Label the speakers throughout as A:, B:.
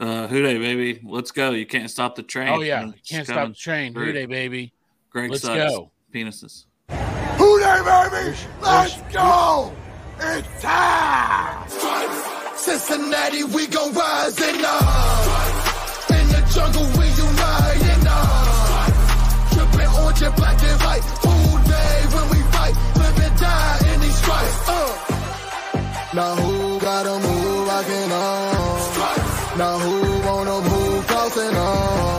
A: uh, Houday, baby. Let's go. You can't stop the train.
B: Oh yeah,
A: It's
B: can't stop
A: coming.
B: the train.
A: Great.
B: Hooday, baby.
A: Greg
B: Let's
A: sucks.
B: go.
A: Penises.
C: Hooday, baby! Let's go! It's time! Cincinnati, we gon' rise and up. In the jungle, we unite and up. Trippin' orange and black and white. Hooday, when we fight. Live and die in these stripes. Uh. Now who got a move rockin' on? Now who wanna move crossing on?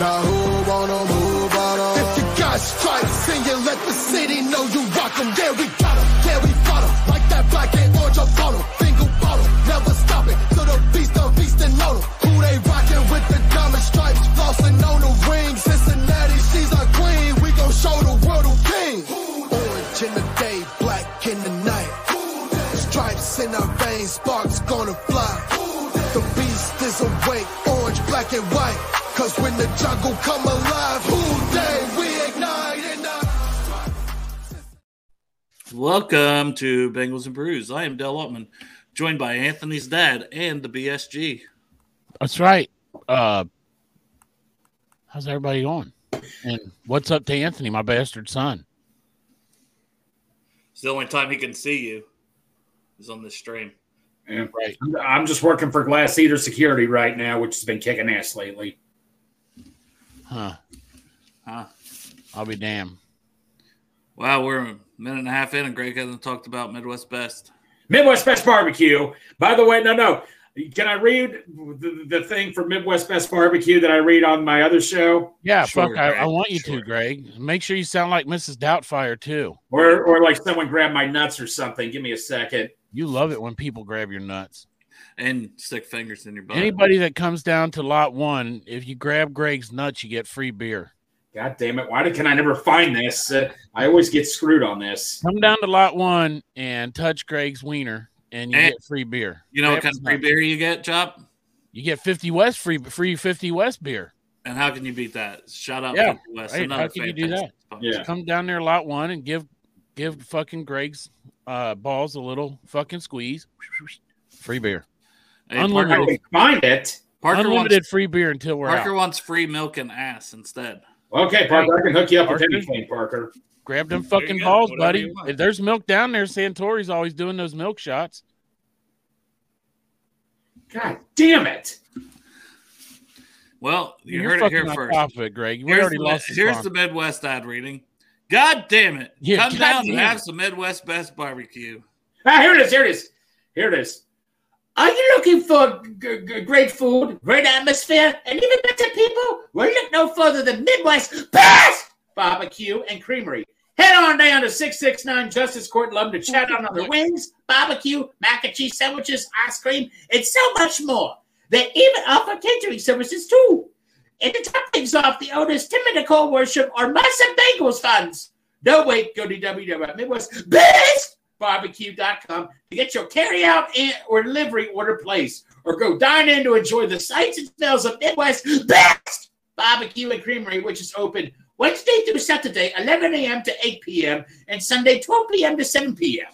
C: Now who wanna move out on? If you got stripes and you let the city know you rock 'em, yeah we got 'em, yeah we fought 'em. Like that black and orange up on 'em, single bottle, never stop it. To the beast, of beast and load 'em. Who they rockin' with the diamond stripes, flossin' on the wings. Cincinnati, she's our queen, we gon' show the world who king. Orange in the day, black in the night. Stripes in our veins, sparks gonna fly. The beast is awake, orange, black, and white. Cause when the jungle come alive, who day we ignite in the
A: Welcome to Bengals and Brews. I am Dell Altman, joined by Anthony's dad and the BSG.
B: That's right. Uh, how's everybody going? And what's up to Anthony, my bastard son?
A: It's the only time he can see you is on this stream.
D: Yeah.
B: Right.
D: I'm- I'm just working for Glass Eater Security right now, which has been kicking ass lately.
B: Huh?
A: Huh?
B: I'll be damned.
A: Wow, we're a minute and a half in, and Greg hasn't talked about Midwest Best.
D: Midwest Best Barbecue. By the way, no, no. Can I read the, the thing for Midwest Best Barbecue that I read on my other show,
B: Yeah,
A: Sure,
B: fuck. I, I
A: Greg,
B: want you
A: sure.
B: to, Greg. Make sure you sound like Mrs. Doubtfire too.
D: or or like someone grabbed my nuts or something? Give me a second.
B: You love it when people grab your nuts.
A: And stick fingers in your butt.
B: Anybody that comes down to lot one, if you grab Greg's nuts, you get free beer.
D: God damn it! Why did, can I never find this? Uh, I always get screwed on this.
B: Come down to lot one and touch Greg's wiener, and you
A: And-
B: get free beer.
A: You know what
B: Grab
A: kind
B: his
A: of free
B: nuts.
A: beer you get, Chop?
B: You get fifty West free free fifty West beer.
A: And how can you beat that? Shout out
B: Yeah,
A: Fifty West.
B: right.
A: another
B: How can you do
A: fantastic sponsor.
D: Yeah.
B: Come down there, lot one, and give give fucking Greg's uh, balls a little fucking squeeze. Free beer,
A: Hey,
D: I
B: Unlimited.
A: Parker,
D: can find it.
A: Parker
B: unlimited
A: wants
B: free beer until we're
A: Parker
B: out.
A: wants free milk and ass instead.
D: Okay, Parker, I can hook you up with
B: Parker?
D: anything, Parker.
B: Grab them
A: There you
B: fucking
A: go,
B: balls,
A: whatever
B: buddy.
A: you want.
B: If there's milk down there, Santori's always doing those milk shots.
D: God damn it!
A: Well, you
B: You're
A: heard it
B: fucking
A: here
B: on
A: first.
B: top of it, Greg. We
A: Here's,
B: already
A: the,
B: lost.
A: here's
B: sponsor.
A: the Midwest ad reading. God damn it.
B: Yeah,
A: Come
B: God
A: down and
B: damn
A: have
B: it.
A: some Midwest Best barbecue.
D: Ah, here it is. Here it is. Here it is. Are you looking for g- g- great food, great atmosphere, and even better people? Well, look no further than Midwest Best Barbecue and Creamery. Head on down to 669 Justice Court Love to chat on other wings, barbecue, mac and cheese sandwiches, ice cream, and so much more. They even offer catering services too. And to top things off, the owners Tim and Nicole worship our Massa Bengals funds. No wait, go to www.midwestbestbarbecue.com to get your carryout and or delivery order placed, or go dine in to enjoy the sights and smells of Midwest Best Barbecue and Creamery, which is open Wednesday through Saturday, 11 a.m. to 8 p.m., and Sunday, 12 p.m. to 7 p.m.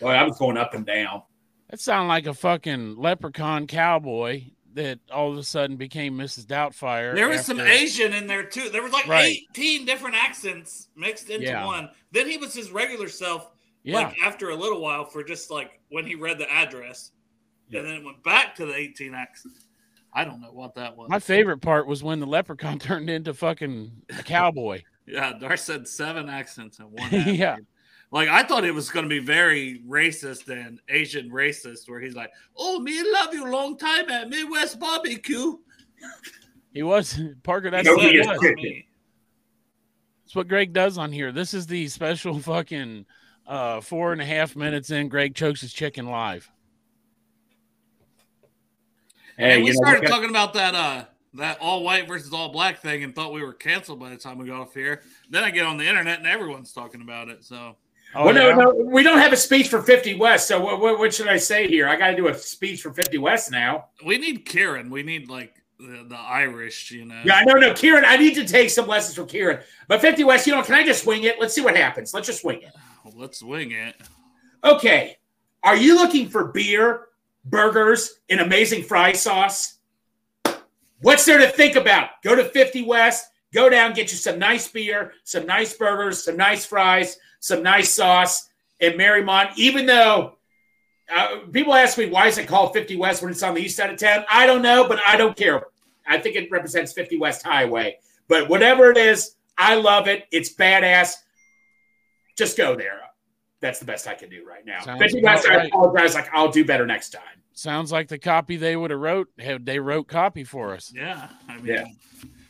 D: Boy, I was going up and down.
B: That sounds like a fucking leprechaun cowboy that all of a sudden became Mrs. Doubtfire.
A: There was some
B: after-
A: Asian in there too. There was like
B: Right.
A: 18 different accents mixed into
B: Yeah.
A: one. Then he was his regular self,
B: Yeah,
A: like after a little while, for just like when he read the address.
D: Yeah.
A: And then it went back to the 18 accents. I don't know what that was.
B: my favorite part was when the leprechaun turned into fucking a cowboy.
A: Yeah, Dar said seven accents in one.
B: Yeah.
A: accent. Like I thought it was going to be very racist and Asian racist, where he's like, "Oh, me love you long time at Midwest barbecue."
B: He was Parker. That's
D: No,
B: what,
D: he
B: it
D: is.
B: was. That's what Greg does on here. This is the special fucking uh, four and a half minutes in. Greg chokes his chicken live.
A: And we started talking about that uh that all white versus all black thing and thought we were canceled by the time we got off here. Then I get on the internet and everyone's talking about it. So
B: Oh,
D: well, no,
B: yeah?
D: no, we don't have a speech for 50 West. So what, what, what should I say here? I got to do a speech for 50 West now.
A: we need Karen. We need like the, the Irish, you know.
D: Yeah, no, no, Kieran, I need to take some lessons from Kieran. But 50 West, you know, can I just wing it? Let's see what happens. Let's just wing it.
A: Let's wing it.
D: Okay. Are you looking for beer, burgers, and amazing fry sauce? What's there to think about? Go to 50 West, go down, get you some nice beer, some nice burgers, some nice fries, some nice sauce in Marymont. Even though uh, people ask me, why is it called 50 West when it's on the east side of town? I don't know, but I don't care. I think it represents 50 West Highway. But whatever it is, I love it. It's badass. Just go there. That's the best I can do right now.
B: Sounds
D: 50 West,
B: about
D: I
B: right.
D: apologize. Like, I'll do better next time.
B: Sounds like the copy they would have wrote. had They wrote copy for us.
A: Yeah, I mean,
D: Yeah.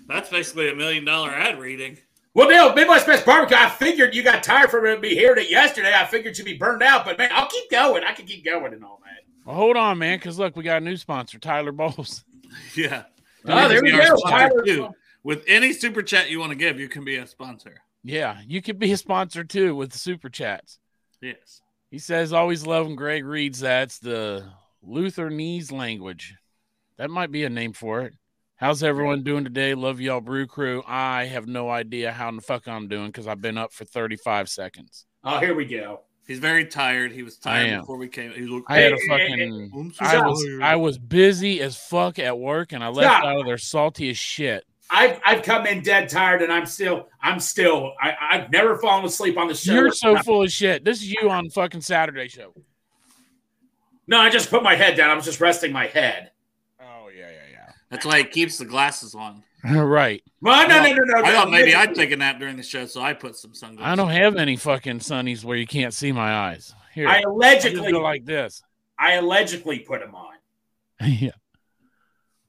A: that's basically a million dollar ad reading.
D: Well, Bill, Midwest Best Barbecue. I figured you got tired from it. We heard it yesterday. I figured you'd be burned out, but man, I'll keep going. I can keep going and all that.
B: Well, hold on, man, because look, we got a new sponsor, Tyler Bowles.
A: Yeah.
D: Oh, there we
A: Our
D: go.
A: sponsor,
D: Tyler-
A: too. With any super chat you want to give, you can be a sponsor.
B: Yeah, you could be a sponsor too with the super chats.
A: Yes.
B: He says, always love when Greg reads that's the Lutheranese language. That might be a name for it. How's everyone doing today? Love y'all, Brew Crew. I have no idea how in the fuck I'm doing because I've been up for 35 seconds.
D: Oh, here we go.
A: He's very tired. He was
B: I
A: tired
B: am.
A: before we came. He looked.
B: I had a
D: Hey,
B: fucking.
A: I'm so
B: I was
A: tired.
B: I was busy as fuck at work and I left
D: Stop.
B: out of there salty as shit.
D: I've I've come in dead tired, and I'm still I'm still I, I've never fallen asleep on the show.
B: You're so full of shit. This is you on fucking Saturday show.
D: no, I just put my head down. I was just resting my head.
B: Oh yeah, yeah,
A: That's why he keeps the glasses on.
B: yeah. right.
D: Well, no, no, no, no.
A: I
D: no,
A: thought maybe
D: listen.
A: I'd take a nap during the show, so I put some sunglasses.
B: I don't have any fucking sunnies where you can't see my eyes. Here,
D: I
B: I
D: allegedly
B: just go like this.
D: I allegedly put him on,
B: yeah,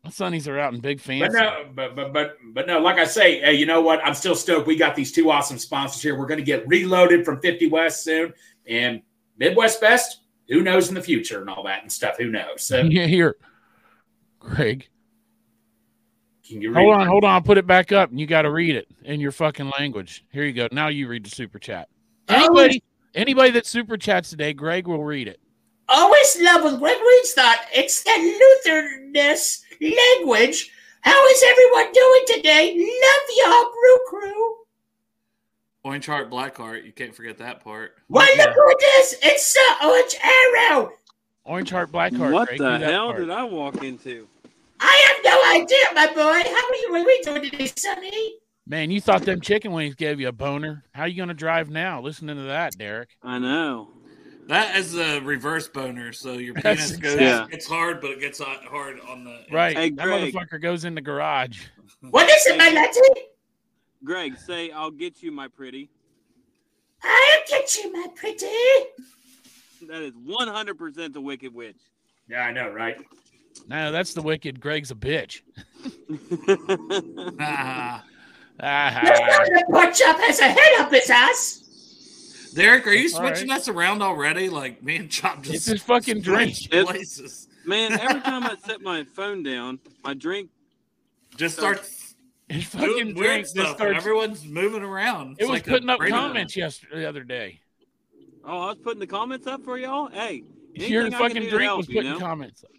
B: my sunnies are out in big
D: but
B: fancy.
D: no, but but but but no. Like I say, hey, you know what? I'm still stoked. We got these two awesome sponsors here. We're going to get reloaded from 50 West soon, and Midwest Best. Who knows in the future and all that and stuff? Who knows? So
B: Yeah, here, Greg.
D: can you read?
B: Hold on, hold on. I'll put it back up, and you got to read it in your fucking language. Here you go. Now you read the super chat.
E: Oh!
B: Anybody, anybody that super chats today, Greg will read it.
D: always love when Greg reads that. It's the Lutherness language. How is everyone doing today? Love y'all, Brew Crew.
A: Orange heart, black heart. You can't forget that part.
D: Why
B: Yeah.
D: look who it is? It's the Orange Arrow.
B: Orange heart, black heart.
E: what
B: Greg,
E: the
B: do that
E: hell
B: part.
E: did I walk into?
D: I have no idea, my boy. How are you? What are we doing today, Sonny?
B: Man, you thought them chicken wings gave you a boner? How you gonna drive now? Listening to that, Derek.
E: I know.
A: That is a reverse boner, so your
B: That's
A: penis goes.
E: Yeah.
A: It's hard, but it gets hot- hard on the
B: Right,
E: Hey,
B: that
E: Greg.
B: motherfucker goes in the garage.
D: What is it, my latte?
E: Greg, say I'll get you, my pretty.
D: I'll get you, my pretty.
E: That is 100% the Wicked Witch.
D: Yeah, I know, right?
B: No, that's the wicked. Greg's a bitch.
A: Ah.
B: Ah,
D: the pork chop has a head up his ass.
A: Derek, are you
B: All right.
A: switching us around already? Like me and Chop
B: it's
A: just
B: his fucking drink.
A: switched
E: It's-
A: places.
E: Man, every time I set my phone down, my drink.
A: Just starts
B: His fucking
A: doing weird
B: drink just
A: stuff. and
B: starts.
A: everyone's moving around.
B: It
A: It's
B: was
A: like a
B: putting up
A: radio.
B: comments yesterday, the other day.
E: Oh, I was putting the comments up for y'all. Hey, anything I
B: Your
E: can do
B: fucking
E: to
B: drink
E: help,
B: was
E: you
B: putting
E: know?
B: comments. up.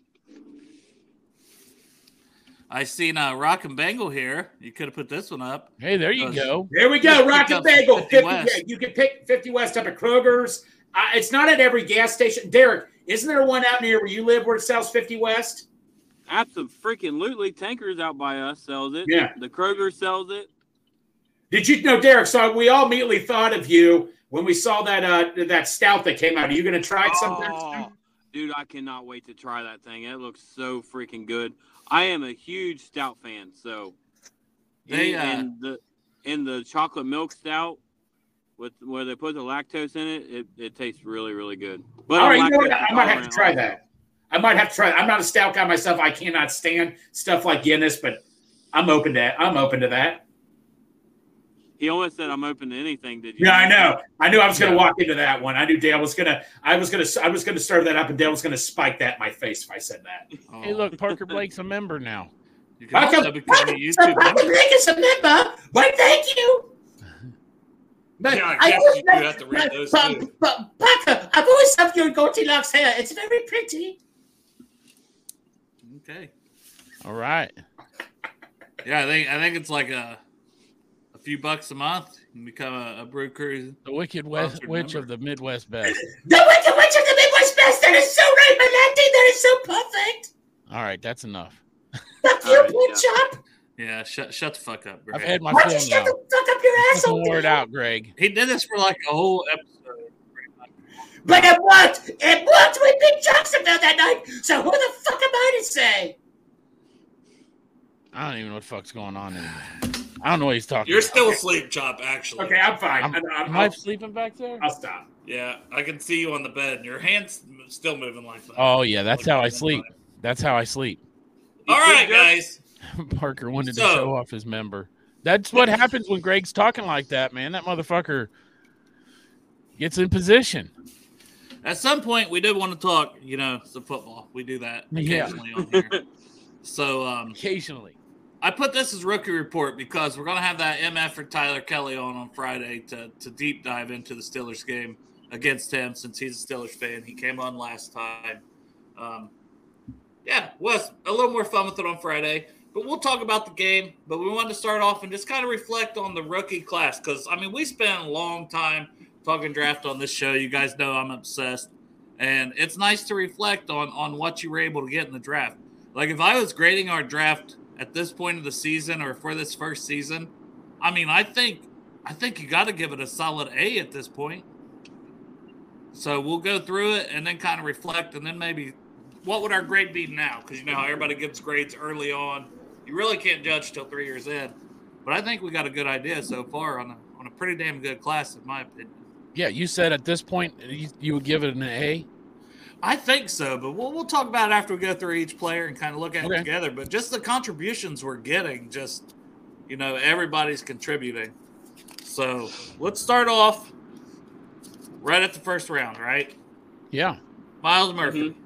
A: I seen uh, Rock and Bangle here. You could have put this one up.
B: Hey, there you
A: Uh,
B: go.
D: There we
A: Yeah,
D: go, Rock
A: pick
D: and
A: up
D: Bagel.
A: 50
D: 50
A: West.
D: yeah, you can pick 50 West up at Kroger's. Uh, it's not at every gas station. Derek, isn't there one out near where you live where it sells 50 West?
E: Absolutely. Tankers out by us sells it.
D: Yeah.
E: The Kroger sells it.
D: Did you know, Derek? So we all immediately thought of you when we saw that uh, that stout that came out. Are you going to try it sometime?
E: Oh, dude, I cannot wait to try that thing. It looks so freaking good. I am a huge stout fan, so
A: They, uh,
E: and, and the and the chocolate milk stout with where they put the lactose in it, it, it tastes really, really good. But
D: All
E: I'm
D: right, you know what?
E: lactose
D: I might have to
E: intolerant
D: try
E: also.
D: that. I might have to try. I'm not a stout guy myself. I cannot stand stuff like Guinness, but I'm open to. I'm open to that.
E: He almost said I'm open to anything, did you?
D: Yeah, I know. I knew I was going to
B: Yeah.
D: walk into that one. I knew Dale was going to. I was going to. I was going to stir that up, and Dale was going to spike that in my face if I said that.
A: Oh,
B: Hey, look, Parker Blake's a member now.
A: You can
D: How
A: also
D: come-
A: become a YouTube member.
D: us a member, but thank you. But
A: Yeah, I guess you do have to read those too.
D: but Parker, I've always loved your Goldilocks hair. It's very pretty.
A: Okay.
B: All right.
A: Yeah, I think I think it's like a a few bucks a month. You can become a, a brew crew.
B: The Wicked West,
A: Sponsored
B: Witch
A: member.
B: of the Midwest Best.
D: The Wicked Witch of the Midwest Best. That is so right, Melody. That is so perfect.
B: All right, that's enough.
D: Fuck you,
E: Alright,
D: pork
E: yeah.
D: chop.
A: Yeah, shut shut the fuck up,
B: I've
A: Greg.
B: had my
D: Why don't you
B: fill
D: shut
B: now.
D: the fuck up your asshole?
B: Fucking wore it
D: dude?
B: out, Greg.
A: he did this for like a whole episode.
D: But it worked. It worked with Big Jacksonville that night. So who the fuck am I to say?
B: I don't even know what the fuck's going on. Anymore. I don't know what he's talking.
F: You're
B: about.
F: still asleep, Chop, actually.
D: Okay, I'm fine.
B: I'm-
D: I'm, I'm,
B: Am
D: i
B: I sleeping back there?
D: will stop.
F: Yeah, I can see you on the bed. and Your hand's m- still moving like that.
B: Oh yeah, that's how I sleep. That's how I sleep.
F: All
E: You
F: right,
E: sleep, Jeff?
F: guys.
B: Parker wanted to
F: So-
B: show off his member. That's what happens when Greg's talking like that, man. That motherfucker gets in position.
A: At some point, we did want to talk, you know, some football. We do that
B: Yeah.
A: occasionally on here. So um,
B: Occasionally,
A: I put this as rookie report because we're gonna have that MF for Tyler Kelly on on Friday to to deep dive into the Steelers game against him since he's a Steelers fan. He came on last time. Um, yeah, was a little more fun with it on Friday, but we'll talk about the game. But we wanted to start off and just kind of reflect on the rookie class because I mean we spent a long time talking draft on this show. You guys know I'm obsessed, and it's nice to reflect on on what you were able to get in the draft. Like if I was grading our draft at this point of the season or for this first season, I mean, I think I think you got to give it a solid A at this point. So we'll go through it and then kind of reflect and then maybe what would our grade be now? Because you know how everybody gives grades early on. You really can't judge till three years in. But I think we got a good idea so far on a, on a pretty damn good class, in my opinion.
B: yeah. You said at this point you, you would give it an A.
A: I think so, but we'll, we'll talk about it after we go through each player and kind of look at
B: Okay.
A: it together. But just the contributions we're getting, just you know, everybody's contributing. So let's start off right at the first round, right?
B: Yeah.
A: Miles Murphy.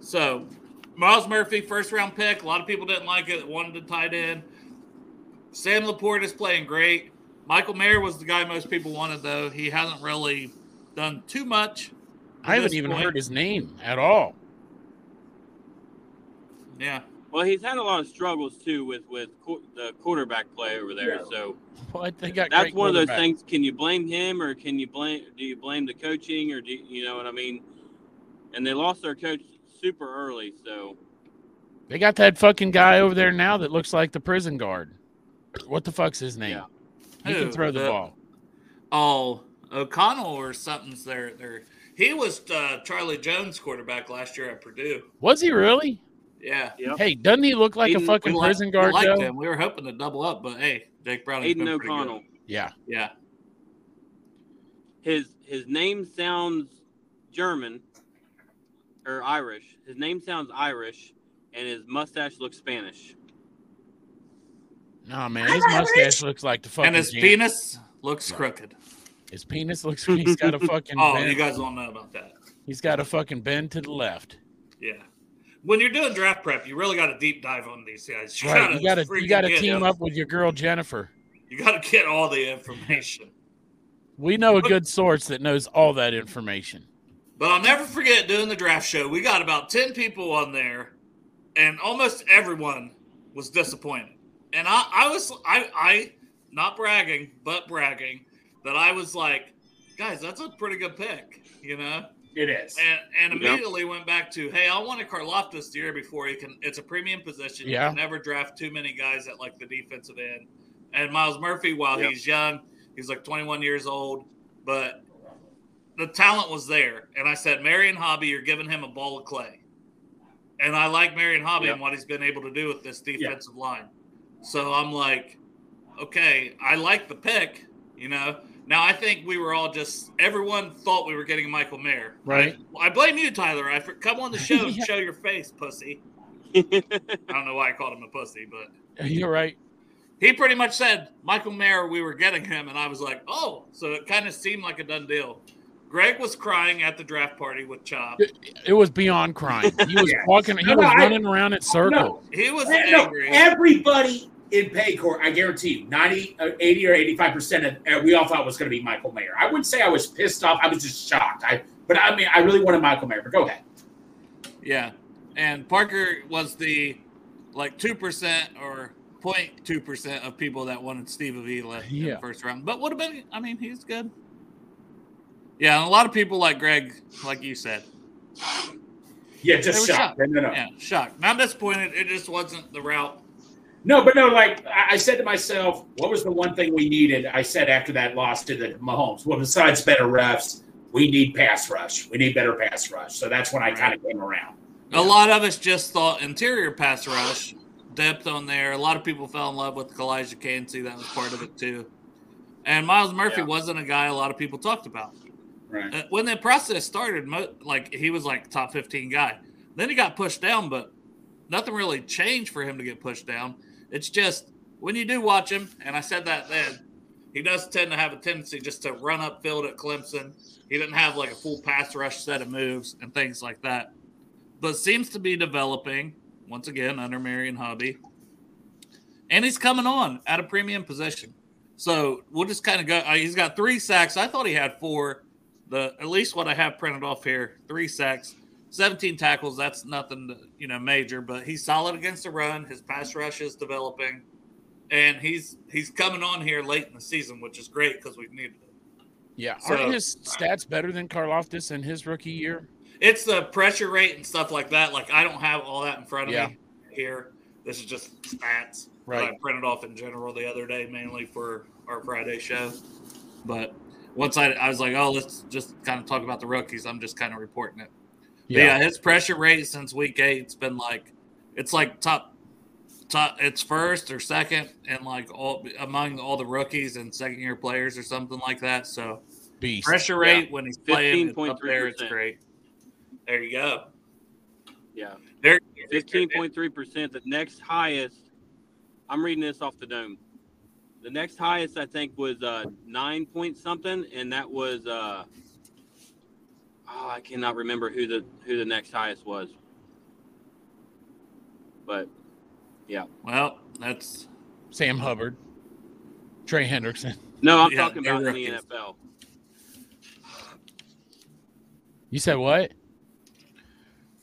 A: So, Miles Murphy, first round pick. A lot of people didn't like it, wanted to tight end. Sam Laporte is playing great. Michael Mayer was the guy most people wanted, though. He hasn't really done too much.
B: I haven't even
A: heard
B: heard his name at all.
A: Yeah.
E: Well, he's had a lot of struggles too with with qu- the quarterback play over there.
D: Yeah.
E: So
B: What they got?
E: that's
B: great
E: one of those
B: quarterbacks.
E: things. Can you blame him, or can you blame? Do you blame the coaching, or do you, you know what I mean? And they lost their coach super early, so
B: They got that fucking guy over there now that looks like the prison guard. What the fuck's his name? He can
A: Who? Uh,
B: throw the
A: The-
B: ball.
A: Oh, O'Connell or something's there. There, he was uh, Charlie Jones' quarterback last year at Purdue.
B: Was he really?
A: Yeah,
E: Yep.
B: Hey, doesn't he look like
E: He-
B: a
E: he
B: fucking
A: li-
B: prison guard?
A: We liked
B: though?
A: him. We were hoping to double up, but hey, Jake Brown.
E: Aiden O'Connell.
B: Yeah.
A: Yeah,
E: His his name sounds German or Irish. His name sounds Irish, and his mustache looks Spanish.
B: Nah, man, his mustache looks like the fucking.
A: and his
B: jam-
A: penis looks crooked.
B: His penis looks. He's got a fucking.
A: Oh,
B: bend-
A: you guys don't know about that.
B: he's got a fucking bend to the left.
A: Yeah, when you're doing draft prep, you really got to deep dive on these guys. You
B: Right. You gotta.
A: freaking
B: You gotta
A: get-
B: team up with your girl Jennifer.
A: You got to get all the information.
B: We know a good source that knows all that information.
A: But I'll never forget doing the draft show. We got about 10 people on there, and almost everyone was disappointed. And I, I was, I, I, not bragging, but bragging that I was like, guys, that's a pretty good pick, you know?
D: It is.
A: And, and
E: Yep.
A: immediately went back to, hey, I wanted Karloftis the year before he can. It's a premium position.
B: Yeah.
A: You can never draft too many guys at like the defensive end. And Miles Murphy, while
E: Yep.
A: he's young, he's like 21 years old, but the talent was there. And I said, Marion Hobby, you're giving him a ball of clay. And I like Marion Hobby
E: Yep.
A: and what he's been able to do with this defensive line. So I'm like, okay, I like the pick, you know. Now I think we were all just everyone thought we were getting Michael Mayer.
B: Right.
A: I, I blame you, Tyler. I come on the show and show your face, pussy. I don't know why I called him a pussy, but
B: You're right.
A: he pretty much said Michael Mayer we were getting him, and I was like, oh, so it kind of seemed like a done deal. Greg was crying at the draft party with Chop.
B: It was beyond crying. He was
D: Yeah.
B: walking. He
D: No,
B: was
D: no, I-
B: running around in circles.
A: He was
D: No,
A: angry.
D: everybody in Paycor, I guarantee you, 90, uh, 80 or 85% of uh, we all thought was going to be Michael Mayer. I wouldn't say I was pissed off. I was just shocked. I, but I mean, I really wanted Michael Mayer, but go ahead.
A: Yeah. And Parker was the like 2% or 0.2% of people that wanted Steve Avila in
B: Yeah.
A: the first round. But what about, I mean, he's good. Yeah. And a lot of people like Greg, like you said,
D: Yeah,
A: They
D: just
A: were
D: shocked.
A: shocked.
D: No, no, no.
A: Yeah, shocked. Not disappointed. It just wasn't the route.
D: No, but no, like I I said to myself, what was the one thing we needed? I said after that loss to the Mahomes. Well, besides better refs, we need pass rush. We need better pass rush. So that's when I kind of came around.
A: A lot of us just thought interior pass rush, depth on there. A lot of people fell in love with Kalijah Cansey. That was part of it too. And Miles Murphy
D: Yeah.
A: wasn't a guy a lot of people talked about.
D: Right.
A: Uh, When the process started, mo- like he was like top 15 guy. Then he got pushed down, but nothing really changed for him to get pushed down. It's just when you do watch him, and I said that then, he does tend to have a tendency just to run upfield at Clemson. He didn't have like a full pass rush set of moves and things like that. But seems to be developing once again under Marion Hobby. And he's coming on at a premium position. So we'll just kind of go. Uh, he's got three sacks. I thought he had four. The at least what I have printed off here, three sacks, seventeen tackles. That's nothing, you know, major. But he's solid against the run. His pass rush is developing, and he's he's coming on here late in the season, which is great because we've needed it.
B: Yeah,
A: So-
B: aren't his stats better than Karloftis in his rookie year?
A: It's the pressure rate and stuff like that. Like I don't have all that in front of
B: Yeah.
A: me here. This is just stats. that I printed off in general the other day, mainly for our Friday show. But once I, I was like, oh, let's just kind of talk about the rookies. I'm just kind of reporting it. Yeah.
B: Yeah.
A: yeah, his pressure rate since week eight's been like, it's like top, top. It's first or second, and like all among all the rookies and second year players or something like that. So
B: Beast.
A: pressure rate when he's playing it's up there, it's
E: 15.3%.
A: great. There you go.
E: Yeah.
A: There-
E: Fifteen point three percent. The next highest. I'm reading this off the dome. The next highest I think was uh, nine point something, and that was uh, oh, I cannot remember who the who the next highest was. But
A: Well, that's
B: Sam Hubbard, Trey Hendrickson.
E: no, I'm
A: Yeah,
E: talking about
A: they're
E: in the
A: rookies.
E: NFL.
B: You said what?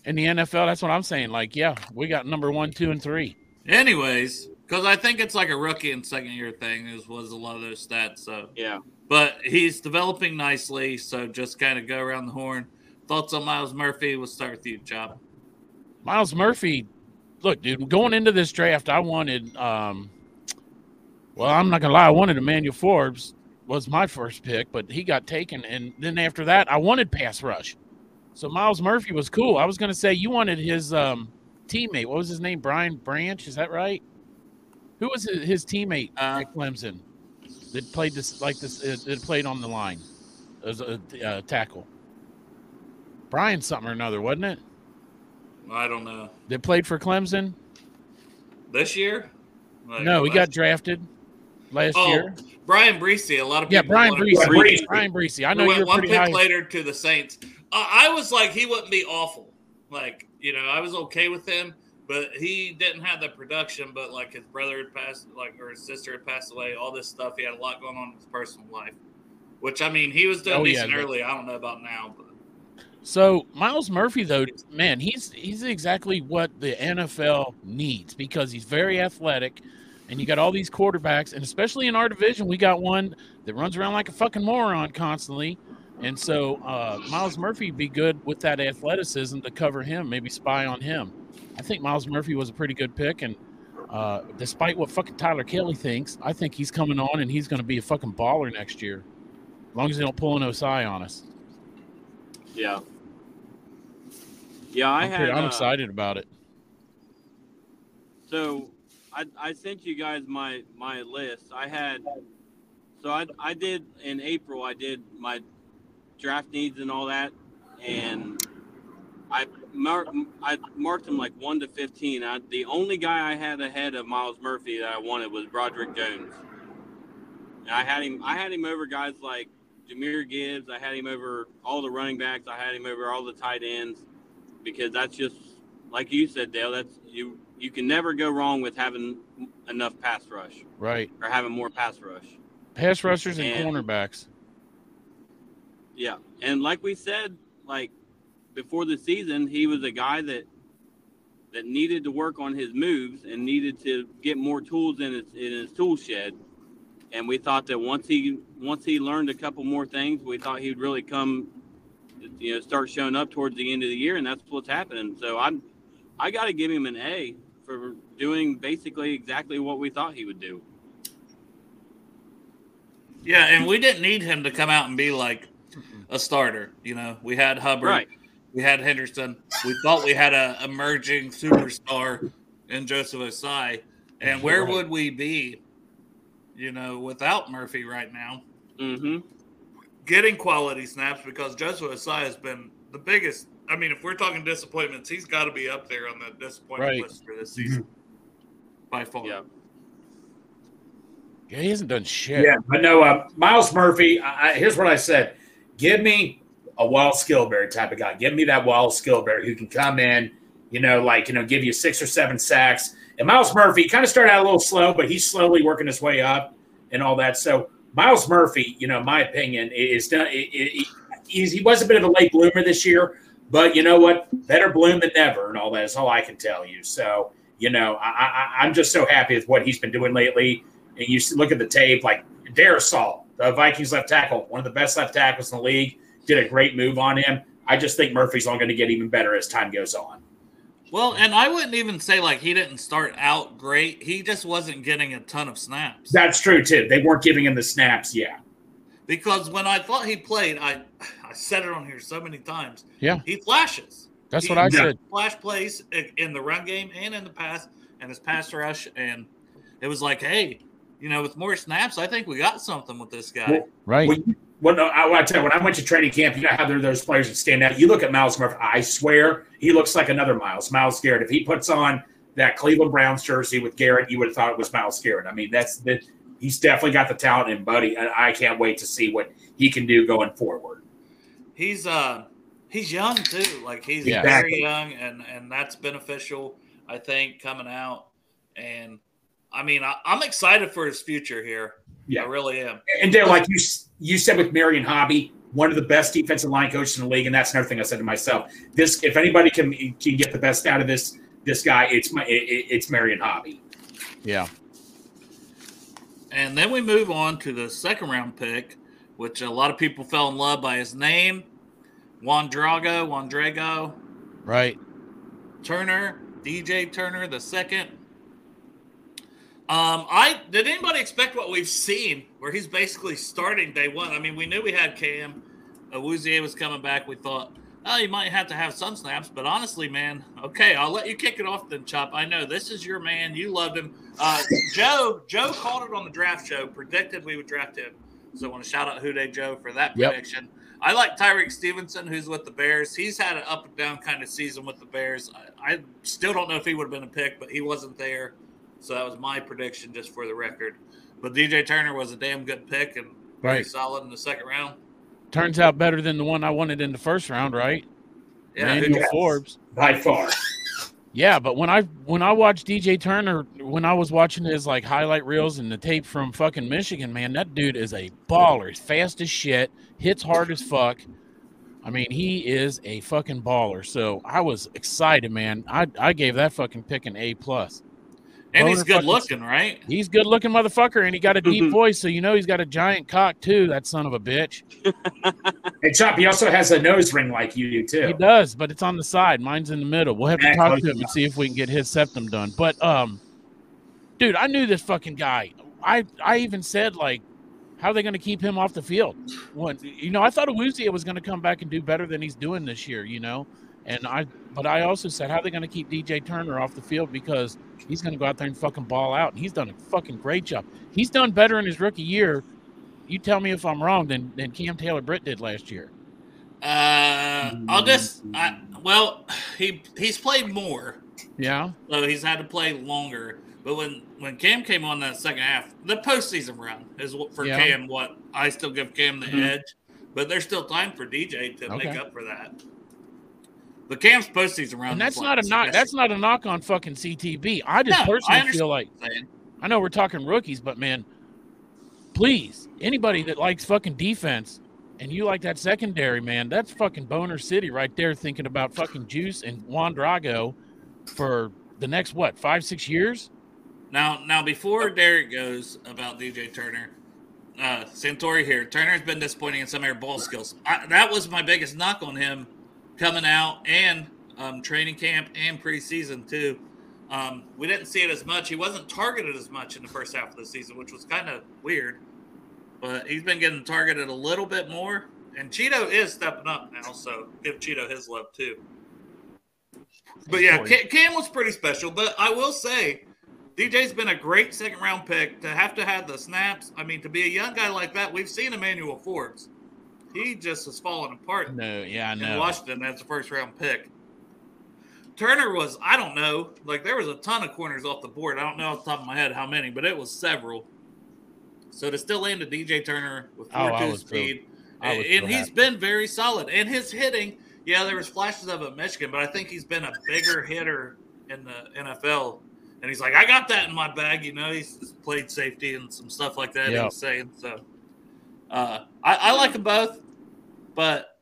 B: In the NFL, that's what I'm saying. Like, yeah, we got number one, two, and three.
A: Anyways, because I think it's like a rookie and second year thing is was a lot of those stats. So,
E: Yeah.
A: but he's developing nicely. So just kind of go around the horn. Thoughts on Miles Murphy? We'll start with you, Chop.
B: Miles Murphy, look, dude, going into this draft, I wanted um well, I'm not gonna lie, I wanted Emmanuel Forbes was my first pick, but he got taken and then after that I wanted pass rush. So Miles Murphy was cool. I was gonna say you wanted his um teammate. What was his name? Brian Branch, is that right? Who was his, his teammate
A: Uh,
B: at Clemson that played this like this uh, that played on the line as a uh, tackle? Brian something or another, wasn't it?
A: I don't know.
B: That played for Clemson?
A: This year? Like,
B: No, he got
A: Uh, last-
B: drafted last
A: Oh,
B: year.
A: Brian Breesy. A lot of
B: Yeah,
A: people
B: Brian
A: wanted-
B: Breesy.
D: Brian Breesy.
B: Brian Breesy. I
A: We
B: know
A: went
B: you're
A: one
B: pretty
A: pick
B: high.
A: later to the Saints. Uh, I was like, he wouldn't be awful. Like, you know, I was okay with him, but he didn't have the production. But like his brother had passed, like or his sister had passed away. All this stuff. He had a lot going on in his personal life. Which I mean, he was doing
B: Oh, yeah,
A: decent
B: but-
A: early. I don't know about now, but
B: So Miles Murphy, though, man, he's he's exactly what the NFL needs because he's very athletic, and you got all these quarterbacks, and especially in our division, we got one that runs around like a fucking moron constantly. And so uh, Miles Murphy would be good with that athleticism to cover him, maybe spy on him. I think Miles Murphy was a pretty good pick, and uh, despite what fucking Tyler Kelly thinks, I think he's coming on and he's going to be a fucking baller next year, as long as they don't pull an Osai on us.
E: Yeah. Yeah, I
B: I'm,
E: had.
B: pretty- I'm
E: uh,
B: excited about it.
E: So I, I sent you guys my my list. I had so I I did in April I did my draft needs and all that and I mar- I marked them like 1 to 15. I, the only guy I had ahead of Miles Murphy that I wanted was Broderick Jones. And I had him I had him over guys like Jameer Gibbs, I had him over all the running backs, I had him over all the tight ends because that's just like you said, Dale, that's you. You can never go wrong with having enough pass rush
B: Right.
E: or having more pass rush.
B: Pass rushers and
E: And-
B: cornerbacks.
E: Yeah, and like we said, like before the season, he was a guy that that needed to work on his moves and needed to get more tools in his in his tool shed. And we thought that once he once he learned a couple more things, we thought he'd really come you know start showing up towards the end of the year, and that's what's happening. So I'm I got to give him an A for doing basically exactly what we thought he would do.
A: Yeah, and we didn't need him to come out and be like a starter. You know, we had Hubbard,
E: Right.
A: we had Henderson. We thought we had a emerging superstar in Joseph Osai. And where
B: Right.
A: would we be, you know, without Murphy right now?
E: hmm
A: Getting quality snaps because Joseph Osai has been the biggest. I mean, if we're talking disappointments, he's got to be up there on the disappointment
B: Right.
A: list for this season by far.
E: Yeah.
B: Yeah, he hasn't done shit.
D: Yeah, but no, uh, Miles Murphy. I, I, here's what I said: Give me a Wild Skillberry type of guy. Give me that Wild Skillberry who can come in, you know, like you know, give you six or seven sacks. And Miles Murphy kind of started out a little slow, but he's slowly working his way up and all that. So Miles Murphy, you know, my opinion is done. It, it, he's, he was a bit of a late bloomer this year, but you know what? Better bloom than never, and all that is all I can tell you. So you know, I, I, I'm just so happy with what he's been doing lately and you look at the tape, like Darisol, the Vikings left tackle, one of the best left tackles in the league, did a great move on him. I just think Murphy's all going to get even better as time goes on.
A: Well, and I wouldn't even say like he didn't start out great. He just wasn't getting a ton of snaps.
D: That's true too. They weren't giving him the snaps. Yeah,
A: because when I thought he played, I I said it on here so many times.
B: Yeah.
A: he flashes.
B: That's
A: He-
B: what I
D: Yeah.
B: said.
A: Flash plays i- in the run game and in the pass and his pass rush, and it was like, hey, you know, with more snaps, I think we got something with this guy.
D: Well-
B: Right.
D: Well, you- well, no, I, I tell you, when I went to training camp, you know how there are those players that stand out. You look at Miles Murphy, I swear he looks like another Miles, Miles Garrett. If he puts on that Cleveland Browns jersey with Garrett, you would have thought it was Miles Garrett. I mean, that's the, he's definitely got the talent in Buddy, and I can't wait to see what he can do going forward.
A: He's uh he's young too. Like he's
B: Yeah.
A: very young, and and that's beneficial, I think, coming out. And I mean, I, I'm excited for his future here.
D: Yeah.
A: I really am.
D: And Dale, like you you said with Marion Hobby, one of the best defensive line coaches in the league, and that's another thing I said to myself. This, if anybody can can get the best out of this this guy, it's my it, it- it's Marion Hobby.
B: Yeah.
A: And then we move on to the second round pick, which a lot of people fell in love by his name. Juan Drago, Juan Drago,
B: Right.
A: Turner, DJ Turner the second. Um, I did anybody expect what we've seen where he's basically starting day one? I mean, we knew we had Cam. Awuzie was coming back. We thought, oh, you might have to have some snaps, but honestly, man, okay, I'll let you kick it off then, Chop. I know this is your man. You loved him. Uh, Joe, Joe called it on the draft show, predicted we would draft him. So I want to shout out Houday Joe for that
B: Yep.
A: prediction. I like Tyreek Stevenson, who's with the Bears. He's had an up and down kind of season with the Bears. I, I still don't know if he would have been a pick, but he wasn't there. So that was my prediction, just for the record. But DJ Turner was a damn good pick and pretty
B: Right.
A: solid in the second round.
B: Turns out better than the one I wanted in the first round, right?
A: Yeah, who
B: Manuel
A: knew?
B: Forbes.
D: By far,
B: Yeah, but when I when I watched DJ Turner, when I was watching his like highlight reels and the tape from fucking Michigan, man, that dude is a baller. He's fast as shit, hits hard as fuck. I mean, he is a fucking baller. So I was excited, man. I I gave that fucking pick an A plus.
A: and he's
B: Boner
A: good
B: fucking-
A: looking, right?
B: He's good looking motherfucker, and he got a deep
E: Mhm.
B: voice, so you know he's got a giant cock too. That son of a bitch.
D: and Chop, he also has a nose ring like you do
B: He
D: too.
B: does, but it's on the side. Mine's in the middle. We'll have to
D: Yeah,
B: talk
D: close
B: to him and see if we can get his septum done. But um, dude, I knew this fucking guy. I I even said like, how are they going to keep him off the field? One, you know, I thought Awuzie was going to come back and do better than he's doing this year. You know, and I but I also said how are they going to keep DJ Turner off the field because he's going to go out there and fucking ball out, and he's done a fucking great job. He's done better in his rookie year. You tell me if I'm wrong than than Cam Taylor Britt did last year.
A: Uh, I'll just, I, well, he he's played more,
B: Yeah,
A: so he's had to play longer. But when when Cam came on that second half, the postseason round is what for
B: Yeah. Mm-hmm.
A: Cam. What I still give Cam the
D: Mhm.
A: edge, but there's still time for DJ to make
B: Okay.
A: up for that. But Cam's postseason round,
B: and
A: is
B: that's
A: like
B: not a knock.
A: special.
B: That's not a knock on fucking CTB. I just
A: No, I
B: personally
A: understand.
B: feel like I know we're talking rookies, but man, please, anybody that likes fucking defense and you like that secondary, man, that's fucking boner city right there. Thinking about fucking Juice and Juan Drago for the next what five six years.
A: Now, now before Derek goes about DJ Turner, uh, Santori here. Turner's been disappointing in some air ball skills. I, that was my biggest knock on him coming out and um, training camp and preseason too. Um, we didn't see it as much. He wasn't targeted as much in the first half of the season, which was kind of weird. But he's been getting targeted a little bit more, and Cheeto is stepping up now. So give Cheeto his love too. But yeah, Cam, Cam was pretty special. But I will say, DJ's been a great second round pick to have to have the snaps. I mean, to be a young guy like that, we've seen Emmanuel Forbes. He just has fallen apart
B: No, yeah, I
A: in
B: know.
A: Washington as a first round pick. Turner was, I don't know, like there was a ton of corners off the board. I don't know off the top of my head how many, but it was several. So to still land a DJ Turner with
B: Oh, I
A: 4 2
B: was throo-
A: speed,
B: I was
A: and
B: too
A: he's
B: happy.
A: been very solid. And his hitting, yeah, there was flashes of it in Michigan, but I think he's been a bigger hitter in the NFL. And he's like, I got that in my bag, you know. He's played safety and some stuff like that. He
B: Yeah.
A: was saying so. Uh, I, I like them both, but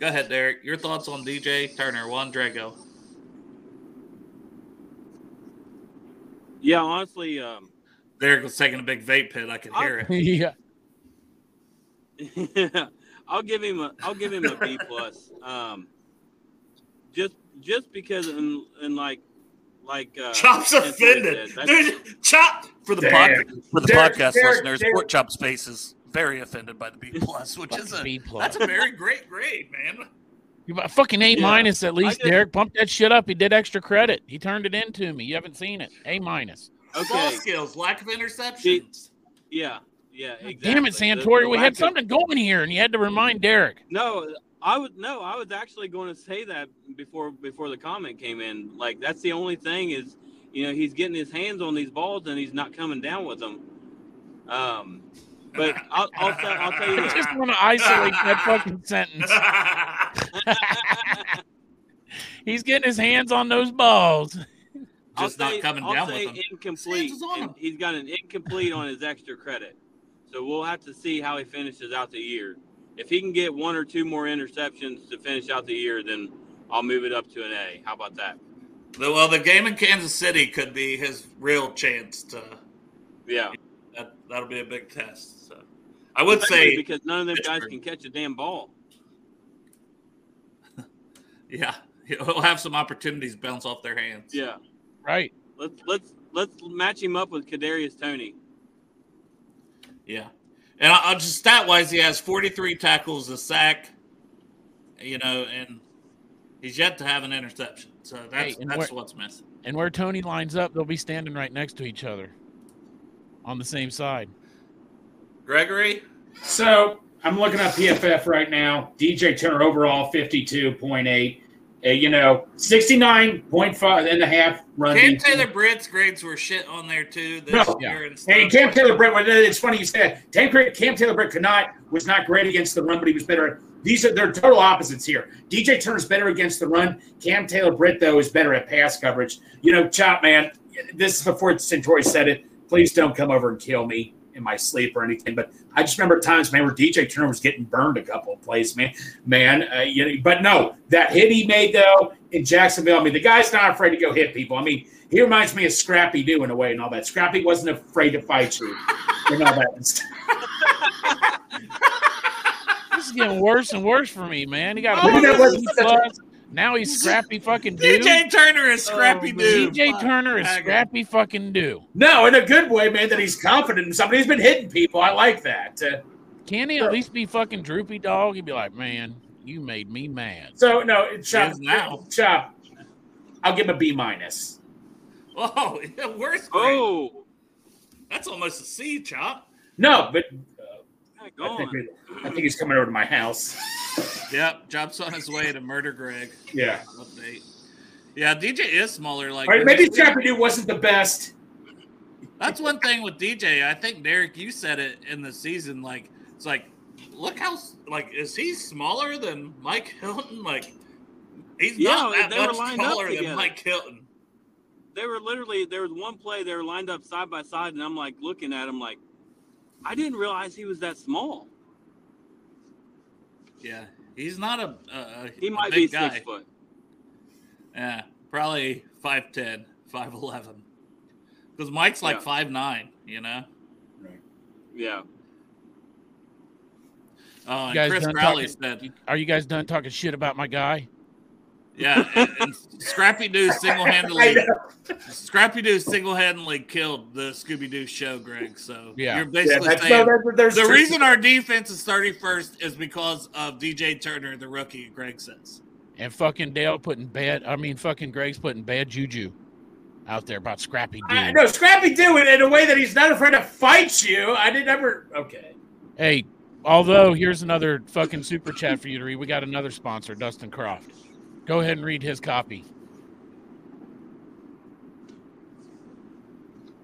A: go ahead, Derek. Your thoughts on DJ Turner, Juan Drago?
E: Yeah, honestly, um,
A: Derek was taking a big vape pit. I could hear it.
B: yeah,
E: I'll give him a I'll give him a B plus. Um, just just because and and like like uh,
F: Chop's
E: Anthony
F: offended.
E: said, that's-
F: Dude, Chop.
G: For the,
D: Derek.
G: pod, for the
D: Derek,
G: podcast
D: Derek,
G: listeners,
D: Derek.
G: Port Chop's face is very offended by the B plus, which is
B: fucking
G: a
B: B plus.
F: That's a very great grade, man.
B: You got fucking A
E: Yeah.
B: minus at least,
E: did-
B: Derek. Pump that shit up. He did extra credit. He turned it into me. You haven't seen it. A minus.
E: okay,
F: Ball skills, lack of interceptions.
E: yeah, yeah, exactly.
B: Damn it,
E: The-
B: Santori.
E: the
B: we had
E: lack of-
B: something going here, and you had to remind Derek.
E: No, I would no. I was actually going to say that before before the comment came in. Like that's the only thing is, you know, he's getting his hands on these balls and he's not coming down with them. Um, but I'll I'll, tell- I'll tell you
B: I
E: this.
B: just want to isolate that fucking sentence. He's getting his hands on those balls.
E: I'll
A: Just not
E: say-
A: coming
E: I'll
A: down
E: say
A: with them.
E: Incomplete.
A: Sands is on
E: And
A: him.
E: He's got an incomplete on his extra credit, so we'll have to see how he finishes out the year. If he can get one or two more interceptions to finish out the year, then I'll move it up to an A. How about that?
A: The- well, the game in Kansas City could be his real chance to.
E: Yeah.
A: That, that'll be a big test. So, I would
E: Especially
A: say,
E: because none of them guys
A: Pittsburgh.
E: can catch a damn ball.
A: yeah, he'll have some opportunities bounce off their hands.
E: Yeah,
B: Right.
E: let's let's let's match him up with Kadarius Tony.
A: Yeah. And I, I'll just stat wise, he has 43 tackles, a sack, you know, and he's yet to have an interception. So that's
B: Hey, and
A: that's
B: where-
A: what's missing.
B: And where Tony lines up, they'll be standing right next to each other on the same side.
A: Gregory,
D: So I'm looking up PFF right now. DJ Turner overall 52.8. Uh, you know, 69.5 and a half run.
A: Cam
D: defense.
A: Taylor Britt's grades were shit on there too this
D: No.
A: year and stuff.
D: Hey, Cam Taylor Britt. well, It's funny you said that. Cam, Cam Taylor Britt could not was not great against the run, but he was better. at- These are they're total opposites here. DJ Turner's better against the run. Cam Taylor Britt though is better at pass coverage. You know, Chop man. This is before Centauri said it. Please don't come over and kill me in my sleep or anything. But I just remember times, man, where DJ Turner was getting burned a couple of plays, man. Man, uh, you know, but no, that hit he made though in Jacksonville. I mean, the guy's not afraid to go hit people. I mean, he reminds me of Scrappy Doo in a way and all that. Scrappy wasn't afraid to fight you and all that. and stuff.
B: This is getting worse and worse for me, man. He got
A: Oh,
B: a
A: that
D: was-
B: B plus. Now he's scrappy fucking dude.
A: DJ Turner is
E: Oh,
A: scrappy dude.
B: DJ Turner is
A: Fuck.
B: scrappy fucking do.
D: No, in a good way, man, that he's confident in somebody. He's been hitting people. I like that. Uh,
B: Can he at least be fucking droopy dog? He'd be like, man, you made me mad.
D: so, no, it's Chop,
A: Is now.
D: Chop, I'll give him a B minus.
A: Oh, yeah, worse. grade.
E: Oh,
A: That's almost a C chop.
D: No, but I think,
E: gone.
D: it- I think he's coming over to my house.
A: Yep, Job's on his way to murder Greg.
D: Yeah.
A: Update. Yeah, DJ is smaller. Like
D: All right, maybe Scrappy Doo wasn't the best.
A: That's one thing with DJ. I think Derek, you said it in the season. Like it's like, look how s- like is he smaller than Mike Hilton? Like he's not
E: Yeah,
A: that
E: they were
A: much
E: lined up
A: taller than
E: together.
A: Mike Hilton.
E: They were literally there was one play they were lined up side by side, and I'm like looking at him like, I didn't realize he was that small.
A: Yeah, he's not a, a, a
E: He
A: a
E: might
A: big
E: be
A: guy.
E: six foot.
A: Yeah, probably 5'10", 5'11". Because Mike's like
E: Yeah.
A: five nine. You know.
E: Yeah,
A: Uh,
B: guys
A: and Chris
B: done
A: Crowley said,
B: Are you guys done talking shit about my guy?
A: "Yeah, and, and Scrappy Doo
D: I
A: single-handedly,
D: know.
A: Scrappy Doo single-handedly killed the Scooby Doo show, Greg." So
B: Yeah.
A: you're
D: Yeah,
A: basically
D: that's, no,
A: saying
D: there's, there's
A: the
D: truth.
A: reason our defense is 31st is because of DJ Turner, the rookie. Greg says.
B: And fucking Dale putting bad, I mean, fucking Greg's putting bad juju out there about Scrappy Doo.
D: I, no, Scrappy do it in a way that he's not afraid to fight you. I didn't ever. Okay.
B: Hey, although here's another fucking super chat for you to read. We got another sponsor, Dustin Croft. Go ahead and read his copy.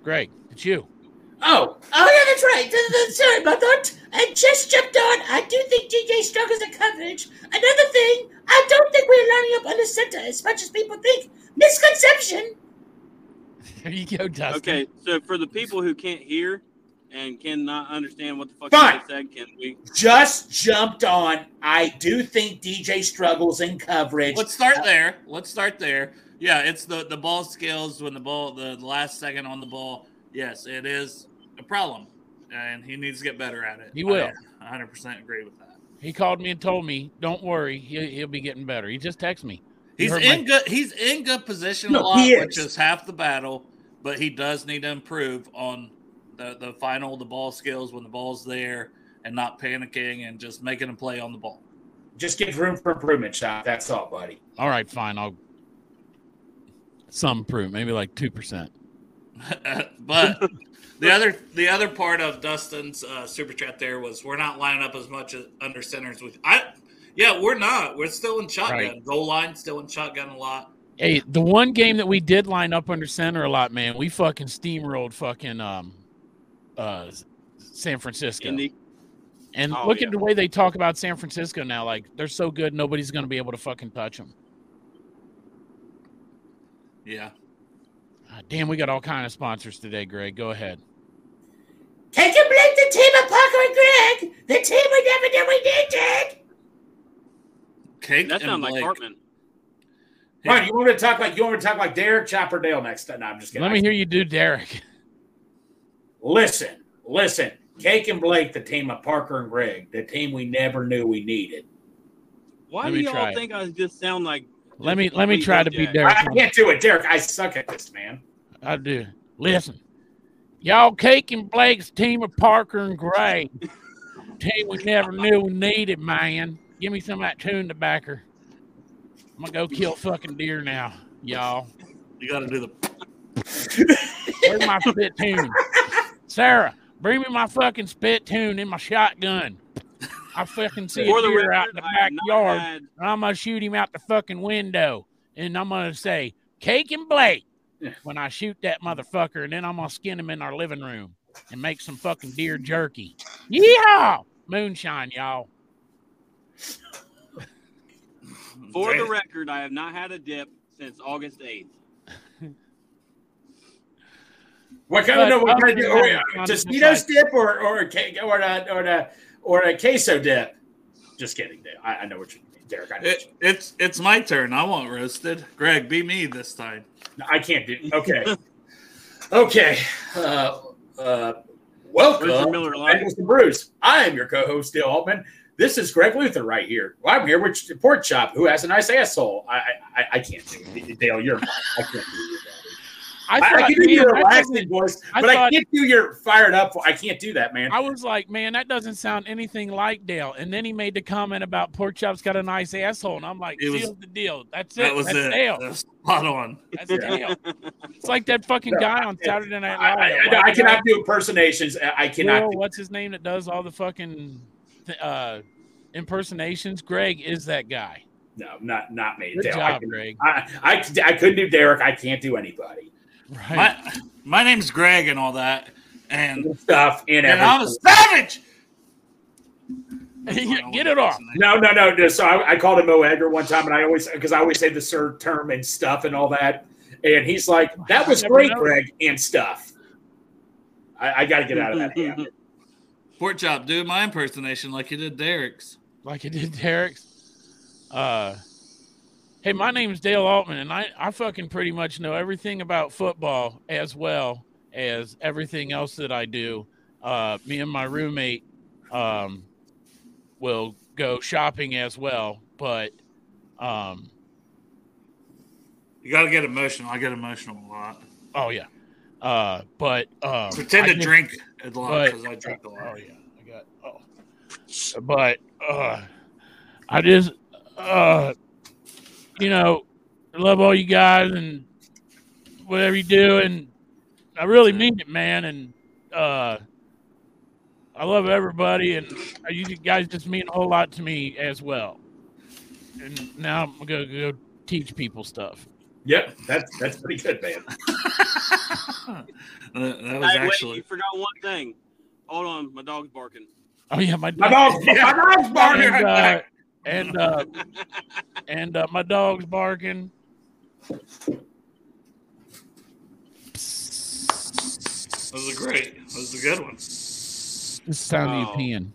B: Greg, it's you.
D: Oh, oh yeah, that's right. Th- th- Sorry about that. I just jumped on. I do think DJ struggles in coverage. Another thing, I don't think we're lining up on the center as much as people think. Misconception.
B: There you go, Dustin.
E: Okay, so for the people who can't hear and cannot understand what the fuck
D: Fine.
E: they said, can we?
D: Just jumped on. I do think DJ struggles in coverage.
A: Let's start there. Let's start there. Yeah, it's the the ball skills when the ball the, the last second on the ball. Yes, it is a problem, and he needs to get better at it.
B: He will.
A: I 100% agree with that.
B: He called me and told me, "Don't worry, he'll, he'll be getting better." He just texted me. You
A: He's
B: heard
A: in good. He's in good position
D: No,
A: a lot,
D: he is.
A: which is half the battle. But he does need to improve on the the final, the ball skills when the ball's there, and not panicking and just making a play on the ball.
D: Just give room for improvement, shot. That's all, buddy.
B: All right, fine. I'll some proof, maybe like two percent.
A: but the other the other part of Dustin's uh, super chat there was we're not lining up as much as under centers. With I, yeah, we're not. We're still in shotgun
B: Right.
A: goal line, still in shotgun a lot.
B: Hey, the one game that we did line up under center a lot, man, we fucking steamrolled fucking um uh San Francisco.
E: Indy?
B: and
E: Oh,
B: look
E: yeah.
B: at the way they talk about San Francisco now. Like they're so good, nobody's going to be able to fucking touch them.
A: Yeah,
B: Ah, damn, we got all kind of sponsors today, Greg. Go ahead.
D: Can you blame the team of Parker and Greg? The team we never knew we needed.
A: cake
E: That
A: and
E: sounds like
A: Blake.
E: Hartman.
A: Yeah.
D: Right, you want me to talk like you want me to talk like Derek Chopper Dale next time? No, I'm just kidding.
B: Let me hear you do Derek.
D: Listen, listen. Cake and Blake, the team of Parker and Greg, the team we never knew we needed.
E: Why
B: Let
E: do
B: me
E: y'all
B: try it.
E: think I just sound like?
B: Let me let me
E: Please
B: try
E: don't
B: to be
E: do it.
B: Derek.
D: I can't do it, Derek. I suck at this, man.
B: I do. Listen, y'all, Cake and Blake's team of Parker and Gray, team we never knew we needed, man. Give me some of that tune tobacco. I'm gonna go kill fucking deer now, y'all.
A: You got to do the
B: Where's my spit tune? Sarah, bring me my fucking spit tune and my shotgun. I fucking see a
E: For the
B: deer
E: record,
B: out in the
E: I have not
B: backyard,
E: had-
B: and I'm gonna shoot him out the fucking window, and I'm gonna say cake and Blake
D: Yeah.
B: when I shoot that motherfucker, and then I'm gonna skin him in our living room and make some fucking deer jerky. Yeehaw! Moonshine, y'all.
E: For the
A: Damn.
E: record, I have not had a dip since August eighth.
D: What kind of
B: But
D: no? What kind of
B: other
D: or,
B: than that,
D: uh,
B: it's not
D: Tostitos
B: like-
D: dip or or a cake or a or a or a queso dip? Just kidding, Derek. I, I know what you mean, Derek. I, know what
A: it, it's it's my turn. I want roasted. Greg, be me this time.
D: you- no, I can't do. Okay, okay. Uh, uh, welcome.
E: Where's your Miller Lite?
D: Bengals and Brews. I am your co-host, Dale Altman. This is Greg Luther right here. Well, I'm here with Pork Chop, who has a nice asshole. I I, I- I can't do it, Dale. You're. I can't do it.
B: I,
D: I, I
B: thought,
D: can do
B: man,
D: your
B: I
D: relaxing voice,
B: I
D: but I
B: thought-
D: can't do your fired up. I can't do that, man.
B: I was like, man, that doesn't sound anything like Dale. And then he made the comment about pork chop's got a nice asshole, and I'm like,
A: It was-
B: sealed the deal. That's it.
A: That was
B: That's
A: it.
B: Dale.
A: That was spot on.
B: That's
D: Yeah.
B: Dale. It's like that fucking
D: No,
B: guy on
D: I-
B: Saturday Night
D: I,
B: Live.
D: I, I- I cannot do impersonations. I- I cannot.
B: Will,
D: do-
B: what's his name that does all the fucking th- uh, impersonations? Greg is that guy.
D: no, not not me.
B: Good
D: Dale. I,
B: job,
D: can-
B: Greg.
D: I, I I couldn't do Derek. I can't do anybody.
B: Right.
A: My my name's Greg and all that, and
D: Stuff and
A: and I'm a
D: everything.
A: savage.
B: Get it off.
D: No, no, no, no. So I, I called him Mo Edgar one time, and I always because I always say the sir term and stuff and all that, and he's like, "That was
B: Never
D: great,
B: know.
D: Greg," and stuff. I, I got to get out of that. habit.
A: Pork chop, do my impersonation like you did Derek's.
B: like it did Derek's. Uh, hey, my name's Dale Altman, and I, I fucking pretty much know everything about football as well as everything else that I do. Uh, me and my roommate, um, will go shopping as well. But um,
A: You got to get emotional. I get emotional a lot.
B: oh yeah, uh, but um,
A: Pretend
B: I
A: to
B: did-
A: drink a lot
B: but-
A: because I drink a lot.
B: Oh yeah, I got. Oh, but uh, I just, uh, you know, I love all you guys and whatever you do, and I really mean it, man. And uh, I love everybody, and you guys just mean a whole lot to me as well. And now I'm gonna go teach people stuff.
D: Yep, that's that's pretty good, man.
B: oh,
A: Uh, that was
E: Hey, wait,
A: actually
E: you forgot one thing. Hold on, my dog's barking.
B: Oh yeah, my
D: My dog, my dog's barking.
B: and uh, and uh, and uh, my dog's barking.
A: those are great. Those are good ones.
B: This sound
E: Oh.
B: of you peeing.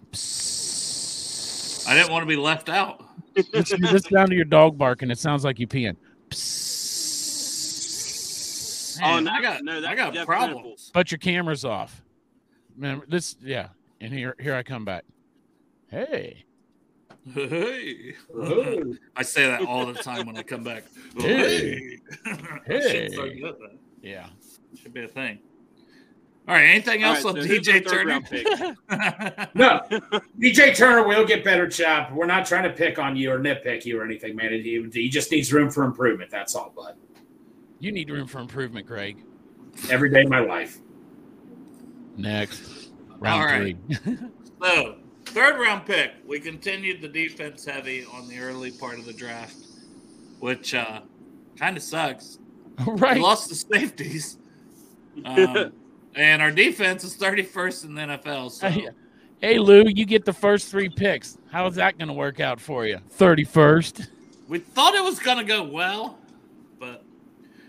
A: I didn't want to be left out.
B: Oh, This, this sound of your dog barking. It sounds like you peeing.
E: Oh,
A: Man,
E: no,
A: I got
E: no, that's
A: I got
E: Jeff
A: problems.
B: But your camera's off. Remember this? Yeah. And here, here I come back. Hey,
A: Hey.
B: Oh.
D: Ooh.
A: I say that all the time when I come back.
B: Hey.
A: That shit's so
B: Hey.
A: good, man.
B: yeah.
A: Should be a thing. All right. Anything
E: All
A: else
E: right,
A: on
E: so who's our
A: DJ
E: third
A: Turner?
E: round pick?
D: No, DJ Turner will get better, Chop. We're not trying to pick on you or nitpick you or anything, man. He, he just needs room for improvement. That's all, bud.
B: You need room for improvement, Greg.
D: Every day of my life.
B: Next round
A: All
B: three.
A: right. so, third round pick. We continued the defense heavy on the early part of the draft, which uh, kind of sucks.
B: right.
A: We lost the safeties. Um, and our defense is 31st in the NFL. So,
B: Hey, hey, Lou, you get the first three picks. How's that going to work out for you? Thirty first.
A: We thought it was going to go well, but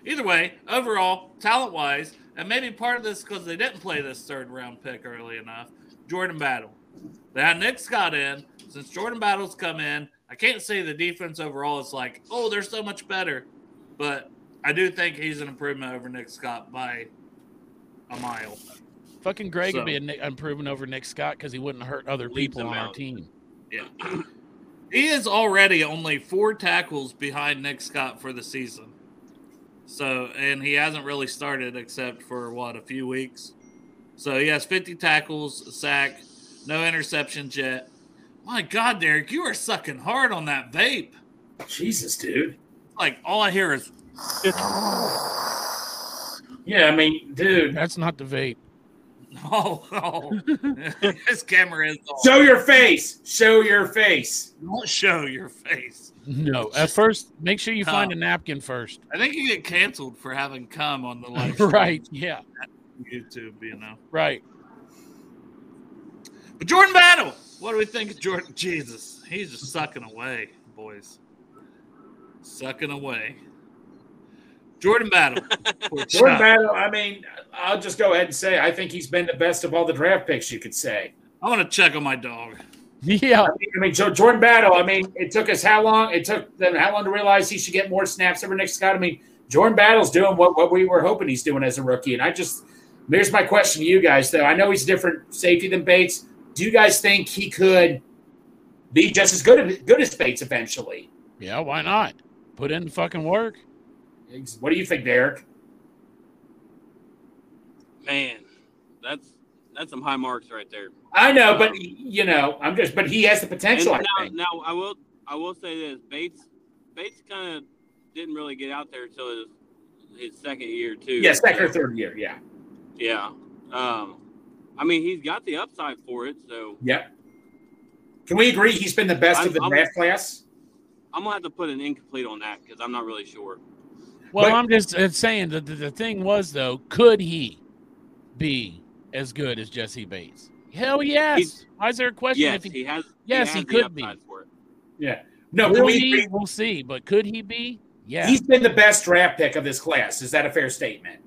A: either way, overall, talent wise, and maybe part of this because they didn't play this third round pick early enough, Jordan Battle. Now, Nick's got in. Since Jordan Battle's come in, I can't say the defense overall is like, oh, they're so much better, but I do think he's an improvement over Nick Scott by a mile.
B: Fucking Greg
A: So-
B: would be a Nick, improving over Nick Scott because he wouldn't hurt other
E: Leaps
B: people
E: and
B: on our
E: bounds.
B: team.
A: He is already only four tackles behind Nick Scott for the season. So, and he hasn't really started except for what, a few weeks. So he has 50 tackles, a sack, no interceptions yet. My God, Derek, you are sucking hard on that vape.
D: Jesus, dude.
A: Like, all I hear is,
D: Yeah, I mean, dude.
B: That's not the vape.
A: oh, oh. his camera is on.
D: Show your face. Show your face.
A: Don't show your face.
B: No, at first, make sure you
A: No.
B: find a napkin first.
A: I think you get canceled for having cum on the live stream
B: right. Yeah.
A: on YouTube, you know.
B: Right.
A: But Jordan Battle, what do we think of Jordan? Jesus, he's just sucking away, boys. Sucking away. Jordan Battle. Poor chap.
D: Jordan Battle, I mean, I'll just go ahead and say I think he's been the best of all the draft picks you could say.
A: I want to check on my dog.
B: Yeah.
D: I mean, I mean, Jo- Jordan Battle, I mean, it took us how long? It took them how long to realize he should get more snaps over Nick Scott? I mean, Jordan Battle's doing what, what we were hoping he's doing as a rookie. And I just, here's my question to you guys, though. I know he's a different safety than Bates. Do you guys think he could be just as good, good as Bates eventually?
B: Yeah. Why not? Put in the fucking work.
D: What do you think, Derek?
E: Man, that's that's some high marks right there.
D: I know, but, you know, I'm just, but he has the
E: And
D: potential, I
E: now,
D: think.
E: now I will I will say this Bates Bates kind of didn't really get out there until his, his second year too.
D: Yeah, second or third year. Yeah.
E: Yeah. Um, I mean he's got the upside for it, so
D: Yep. Can we agree he's been the best
E: I'm-
D: of the
E: I'm-
D: draft class?
E: I'm gonna have to put an incomplete on that because I'm not really sure.
B: Well,
D: But-
B: I'm just uh, saying that the, the thing was, though, could he be as good as Jesse Bates? Hell yes.
E: He's-
B: Why is there a question
E: Yes,
B: if he
E: he has.
B: Yes,
E: has
B: he
E: the
B: could be.
E: upside For it.
D: No, can
B: will
D: we
B: he?
D: agree
B: We'll see. But could he be? Yeah.
D: He's been the best draft pick of this class. Is that a fair statement?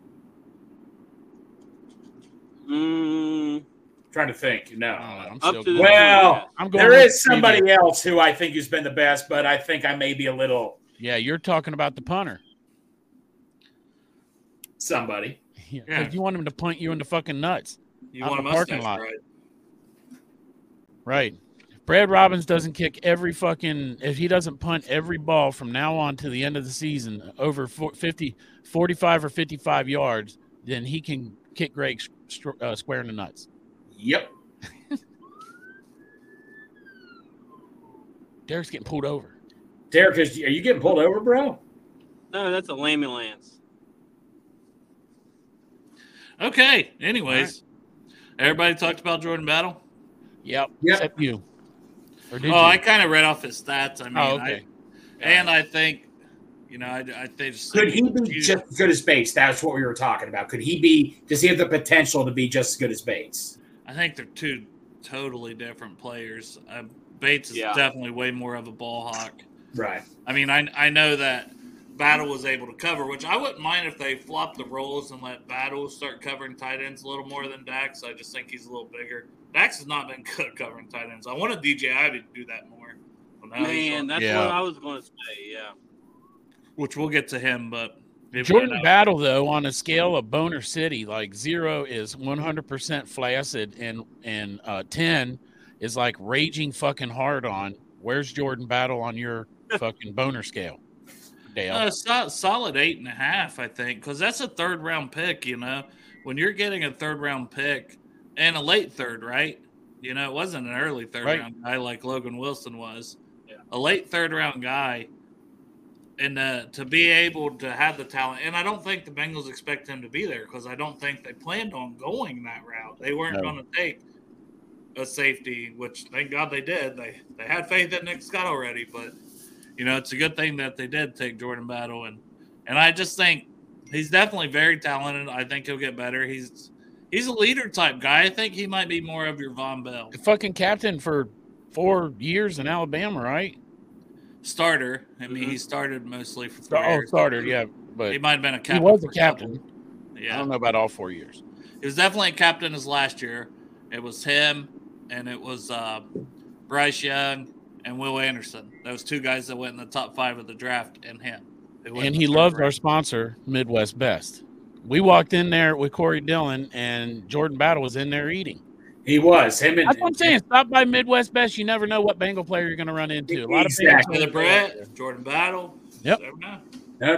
E: Mm,
D: trying to think.
B: Oh,
D: No.
B: I'm
E: up
B: still
E: to this
B: going-
D: Well,
E: point, yes.
B: I'm going
D: There
B: with
D: is somebody else who I think who's been the best, but I think I may be a little
B: Yeah, you're talking about the punter.
D: somebody.
B: Yeah, 'cause
A: Yeah.
B: you want him to punt you in the fucking nuts,
A: You
B: Out
A: want a
B: in the parking
A: mustache,
B: lot.
A: right?
B: right? Brad Robbins doesn't kick every fucking if he doesn't punt every ball from now on to the end of the season over four- 50 45 or 55 yards, then he can kick Greg stro- uh, square in the nuts.
D: Yep.
B: Derek's getting pulled over.
D: Derek, is, are you getting pulled over, bro?
E: No, that's a lamy lance.
A: Okay. Anyways, everybody talked about Jordan Battle.
B: Yep.
D: Yep.
B: Except you. Or did
A: Oh, I
B: you?
A: kind of read off his stats. I mean,
B: oh, okay.
A: I, and I think, you know, I, I think just
D: Could he be just as good as Bates? That's what we were talking about. Could he be? Does he have the potential to be just as good as Bates?
A: I think they're two totally different players. Uh, Bates is
E: Yeah.
A: definitely way more of a ball hawk.
D: Right.
A: I mean, I I know that Battle was able to cover, which I wouldn't mind if they flopped the roles and let Battle start covering tight ends a little more than Dax. I just think he's a little bigger. Dax has not been good at covering tight ends. I wanted DJ Ivy to do that more. Well, now he's
E: Man,
A: on-
E: that's
B: Yeah.
E: what I was going to say. Yeah.
A: which we'll get to him, but if
B: Jordan
A: we're not-
B: Battle, though, on a scale of Boner City, like zero is 100% flaccid and, and uh, 10 is like raging fucking hard on. Where's Jordan Battle on your fucking boner scale? Dale.
A: Uh, so, solid eight and a half, I think, because that's a third round pick. You know, when you're getting a third round pick and a late third, right? You know, it wasn't an early third
B: Right.
A: round guy like Logan Wilson was.
E: Yeah.
A: A late third round guy, and uh, to be able to have the talent, and I don't think the Bengals expect him to be there because I don't think they planned on going that route. They weren't
B: No.
A: going to take a safety, which thank God they did. They they had faith in Nick Scott already, but you know it's a good thing that they did take Jordan Battle and and I just think he's definitely very talented. I think he'll get better. He's he's a leader type guy. I think he might be more of your Von Bell
B: the fucking captain for four years in Alabama, right?
A: starter. I mean, he started mostly for four
B: Mm-hmm. Oh,
A: years.
B: starter, yeah. But
A: He
B: he,
A: might have been a captain.
B: was a
A: for couple.
B: captain. I
A: Yeah,
B: don't know about all four years.
A: he was definitely a captain his last year. It was him, and it was uh, Bryce Young and Will Anderson. Those two guys that went in the top five of the draft, and him. Who went
B: And
A: in
B: he
A: the third
B: loved our
A: round.
B: sponsor, Midwest Best. We walked in there with Corey Dillon, and Jordan Battle was in there eating.
D: He was him and
B: That's what I'm saying. Stop by Midwest Best. You never know what Bengal player you're going to run into. A lot of people.
D: Exactly.
A: Taylor Brett, Jordan Battle.
B: Yep.
A: Never know.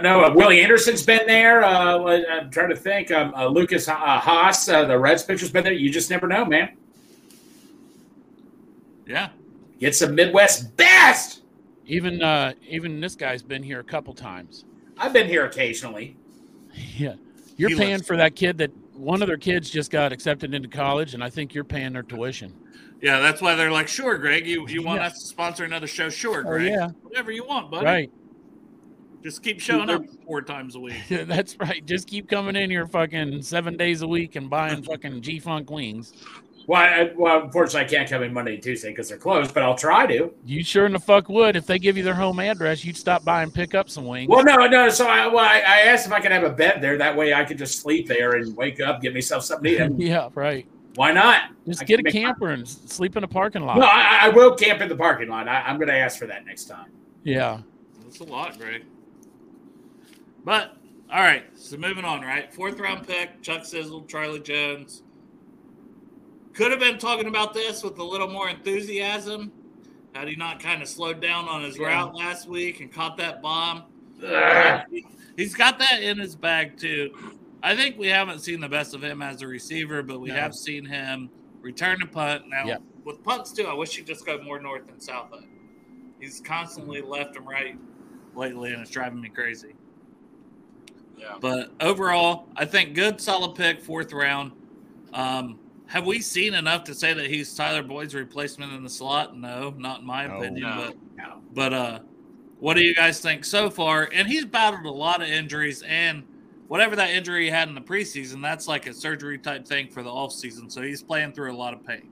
D: No, no. Uh, Willie Anderson's been there. Uh, I'm trying to think. Um, uh, Lucas uh, Haas, uh, the Reds pitcher's been there. You just never know, man.
A: Yeah.
D: Get some Midwest best.
B: Even uh, even this guy's been here a couple times.
D: I've been here occasionally.
B: Yeah, you're
A: He
B: paying
A: lives-
B: for that kid that one of their kids just got accepted into college, and I think you're paying their tuition.
A: Yeah, that's why they're like, sure, Greg, you, you want
B: Yeah.
A: us to sponsor another show? Sure,
B: Oh
A: Greg.
B: yeah,
A: Whatever you want, buddy.
B: right.
A: Just keep showing up four times a week.
B: Yeah, that's right. Just keep coming in here fucking seven days a week and buying fucking G Funk wings.
D: Well, I, well, unfortunately, I can't come in Monday and Tuesday because they're closed. But I'll try to.
B: You sure in the fuck would. If they give you their home address, you'd stop by and pick up some wings.
D: Well, no, no. So I, well, I, I asked if I could have a bed there. That way, I could just sleep there and wake up, get myself something to eat.
B: Yeah, right.
D: Why not? I
B: Just
D: can
B: get a
D: make-
B: camper and s- sleep in a parking lot.
D: No, I, I will camp in the parking lot. I, I'm going to ask for that next time.
B: Yeah.
A: That's a lot, Greg. But, all right, so moving on, right? Fourth round pick, Chuck Sizzle, Charlie Jones. Could have been talking about this with a little more enthusiasm. Had he not kind of slowed down on his route last week and caught that bomb.
D: Ugh.
A: He's got that in his bag too. I think we haven't seen the best of him as a receiver, but we
B: No.
A: have seen him return to punt. Now
B: Yeah.
A: with punts too, I wish he'd just go more north and south. Of it. He's constantly left and right lately, and it's driving me crazy.
E: Yeah.
A: But overall, I think good, solid pick, fourth round. Um, have we seen enough to say that he's Tyler Boyd's replacement in the slot? No, not in my
B: No.
A: opinion.
E: No.
A: But
D: No.
A: but uh, what do you guys think so far? And he's battled a lot of injuries, and whatever that injury he had in the preseason, that's like a surgery type thing for the offseason. So he's playing through a lot of pain.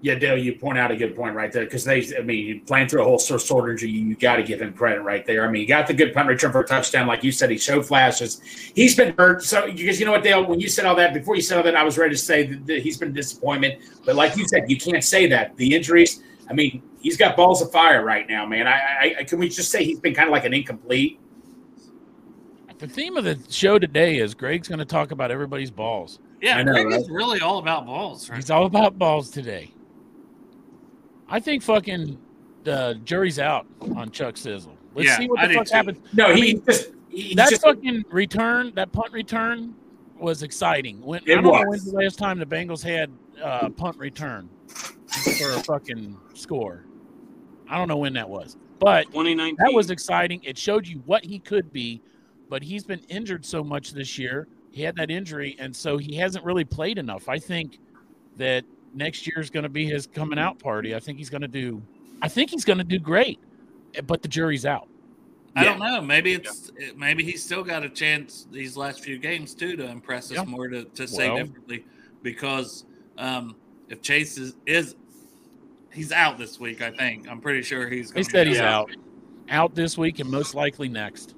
D: Yeah, Dale, you point out a good point right there because they, I mean, you playing through a whole sort of injury, you, you got to give him credit right there. I mean, he got the good punt return for a touchdown, like you said, he showed flashes. He's been hurt, so because you know what, Dale, when you said all that, before you said all that, I was ready to say that, that he's been a disappointment, but like you said, you can't say that the injuries. I mean, he's got balls of fire right now, man. I, I, I can we just say he's been kind of like an incomplete.
B: The theme of the show today is Greg's going to talk about everybody's balls.
A: Yeah,
D: I know,
A: Greg is really all about balls. Right?
B: He's all about balls today. I think fucking uh, jury's out on Chuck Sizzle. Let's
A: Yeah,
B: see what
A: I
B: the
A: do
B: fuck
A: too.
B: happens.
D: No,
B: I
D: he
B: mean,
D: just he
B: That
D: just
B: fucking return, that punt return, was exciting. When I
D: It
B: don't know when's
D: was.
B: the last time the Bengals had uh, punt return for a fucking score. I don't know when that was, but
E: 2019.
B: that was exciting. It showed you what he could be, but he's been injured so much this year. He had that injury, and so he hasn't really played enough. I think that next year is going to be his coming out party. I think he's going to do. I think he's going to do great, but the jury's out.
A: I don't know. Maybe it's it- maybe he's still got a chance these last few games too to impress us
B: Yeah.
A: more to, to say
B: Well.
A: differently because um, if Chase is, is he's out this week, I think I'm pretty sure he's.
B: They
A: gonna
B: said
A: be
B: he's out, out this week, and most likely next.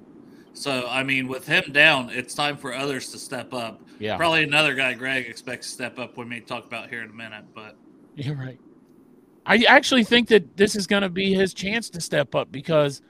A: So I mean, with him down, it's time for others to step up.
B: Yeah,
A: Probably another guy Greg expects to step up. We may talk about here in a minute, but
B: You're right. I actually think that this is going to be his chance to step up because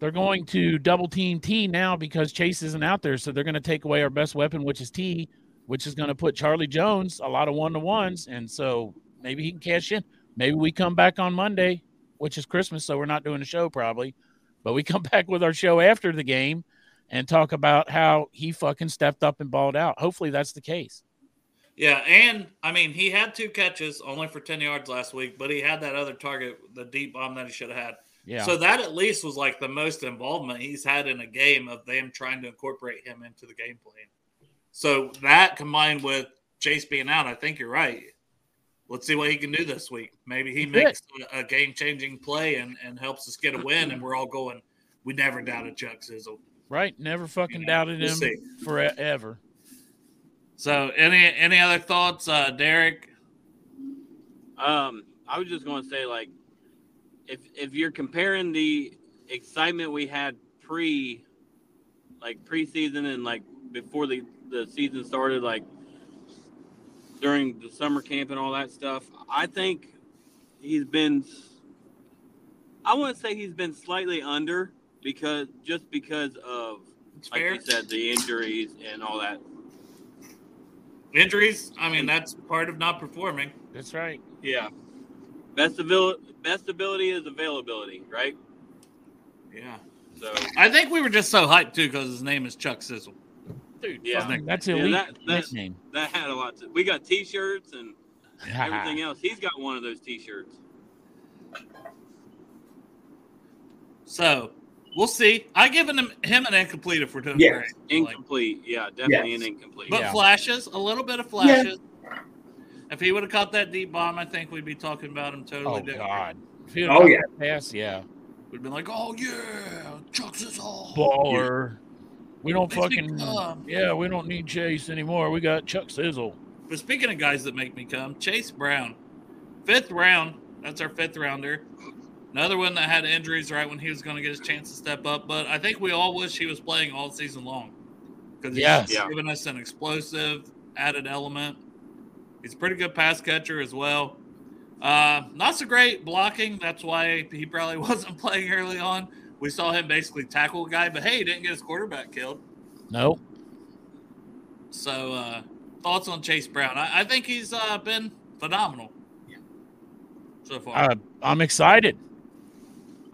B: they're going to double team T now because Chase isn't out there. So they're going to take away our best weapon, which is T, which is going to put Charlie Jones a lot of one to ones. And so maybe he can cash in. Maybe we come back on Monday, which is Christmas. So we're not doing a show probably, but we come back with our show after the game and talk about how he fucking stepped up and balled out. Hopefully that's the case.
F: Yeah, and I mean, he had two catches only for 10 yards last week, but he had that other target, the deep bomb that he should have had.
B: Yeah.
F: So that at least was like the most involvement he's had in a game of them trying to incorporate him into the game plan. So that combined with Chase being out, I think you're right. Let's see what he can do this week. Maybe he
B: That's it.
F: makes a, a game changing play and, and helps us get a win, and we're all going, we never doubted Chuck Sizzle.
B: right. Never fucking
F: Yeah,
B: doubted
F: we'll
B: him
F: see.
B: forever.
A: so any any other thoughts, uh, Derek?
E: Um, I was just going to say, like, if if you're comparing the excitement we had pre, like preseason and like before the the season started, like during the summer camp and all that stuff, I think he's been. I want to say he's been slightly under because just because of
A: It's
E: like
A: fair.
E: you said the injuries and all that.
A: Injuries. I mean, that's part of not performing.
B: That's right.
E: Yeah. Best ability, best ability is availability, right?
A: Yeah,
E: So
A: I think we were just so hyped too because his name is Chuck Sizzle.
E: yeah,
A: Fuck.
B: That's
E: Yeah,
B: elite
E: that- that-
B: nickname.
E: that had a lot to. We got T-shirts and everything else. He's got one of those T-shirts.
A: So we'll see. I give him him an incomplete if we're doing
D: Yeah.
A: great. Like,
E: Incomplete, yeah, definitely
D: Yes.
E: an incomplete.
A: but
B: Yeah.
A: flashes, a little bit of flashes. If he would have caught that deep bomb, I think we'd be talking about him totally
B: oh
A: different.
B: God. If he
D: Oh,
B: had
D: yeah.
B: that Pass, yeah.
A: We'd been like, oh yeah, Chuck Sizzle.
B: Baller. We don't
A: Makes me
B: fucking.
A: come.
B: Yeah, we don't need Chase anymore. We got Chuck Sizzle.
A: But speaking of guys that make me come, Chase Brown, fifth round. That's our fifth rounder. Another one that had injuries right when he was going to get his chance to step up. But I think we all wish he was playing all season long because he's
B: Yes.
E: Yeah.
A: given us an explosive added element. He's a pretty good pass catcher as well. Uh, not so great blocking. That's why he probably wasn't playing early on. We saw him basically tackle a guy, but hey, he didn't get his quarterback killed.
B: No.
A: So, uh, thoughts on Chase Brown? I, I think he's uh, been phenomenal so far.
B: Uh, I'm excited.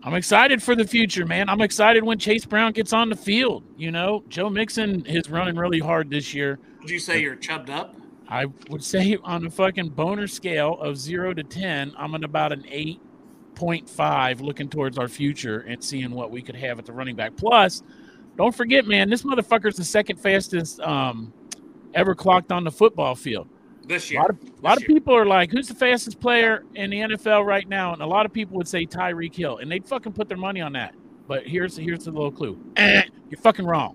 B: I'm excited for the future, man. I'm excited when Chase Brown gets on the field. You know, Joe Mixon is running really hard this year.
A: Would you say you're chubbed up?
B: I would say on a fucking boner scale of zero to ten, I'm at about an eight point five, looking towards our future and seeing what we could have at the running back. Plus, don't forget, man, this motherfucker's the second fastest um, ever clocked on the football field.
A: This
B: A
A: year.
B: lot of, a lot of people are like, "Who's the fastest player in the NFL right now?" And a lot of people would say Tyreek Hill, and they'd fucking put their money on that. But here's here's the little clue: Eh, you're fucking wrong.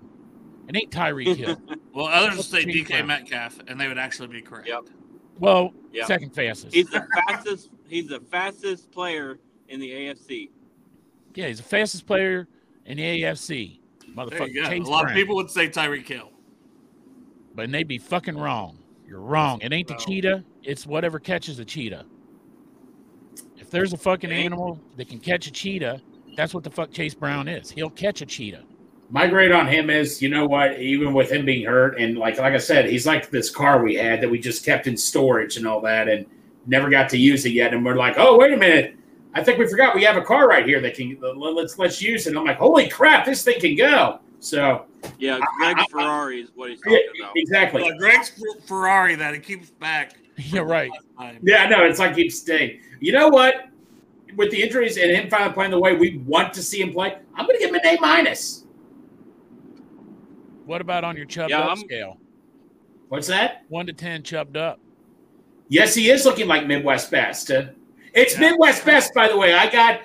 B: It ain't Tyreek Hill.
A: Well, others would say
B: Chase
A: DK
B: Brown.
A: Metcalf, and they would actually be correct.
E: Yep.
B: well,
E: Yeah.
B: second fastest.
E: He's the fastest. He's the fastest player in the AFC.
B: Yeah, he's the fastest player in the AFC.
A: There you
B: Motherfucker.
A: go.
B: Chase
A: a lot
B: Brown.
A: of people would say Tyreek Hill.
B: But they'd be fucking wrong. You're wrong. It ain't the
A: No.
B: cheetah. It's whatever catches a cheetah. If there's a fucking
E: It ain't-
B: animal that can catch a cheetah, that's what the fuck Chase Brown is. He'll catch a cheetah.
D: My grade on him is, you know what? Even with him being hurt, and like like I said, he's like this car we had that we just kept in storage and all that, and never got to use it yet. And we're like, oh wait a minute, I think we forgot we have a car right here that can let's let's use it. And I'm like, holy crap, this thing can go. So
E: Yeah, Greg Ferrari is what he's
D: yeah,
E: talking about.
D: exactly.
A: Well, Greg's Fer- Ferrari that it keeps back. Uh,
B: Yeah, right.
A: Time.
D: Yeah, no, it's like he's staying. You know what? With the injuries and him finally playing the way we want to see him play, I'm going to give him an A minus.
B: What about on your chubbed
E: Yeah,
B: up
E: I'm-
B: scale?
D: What's that?
B: One to ten chubbed up.
D: Yes, he is looking like Midwest best. Uh, It's
A: Yeah.
D: Midwest best, by the way. I got,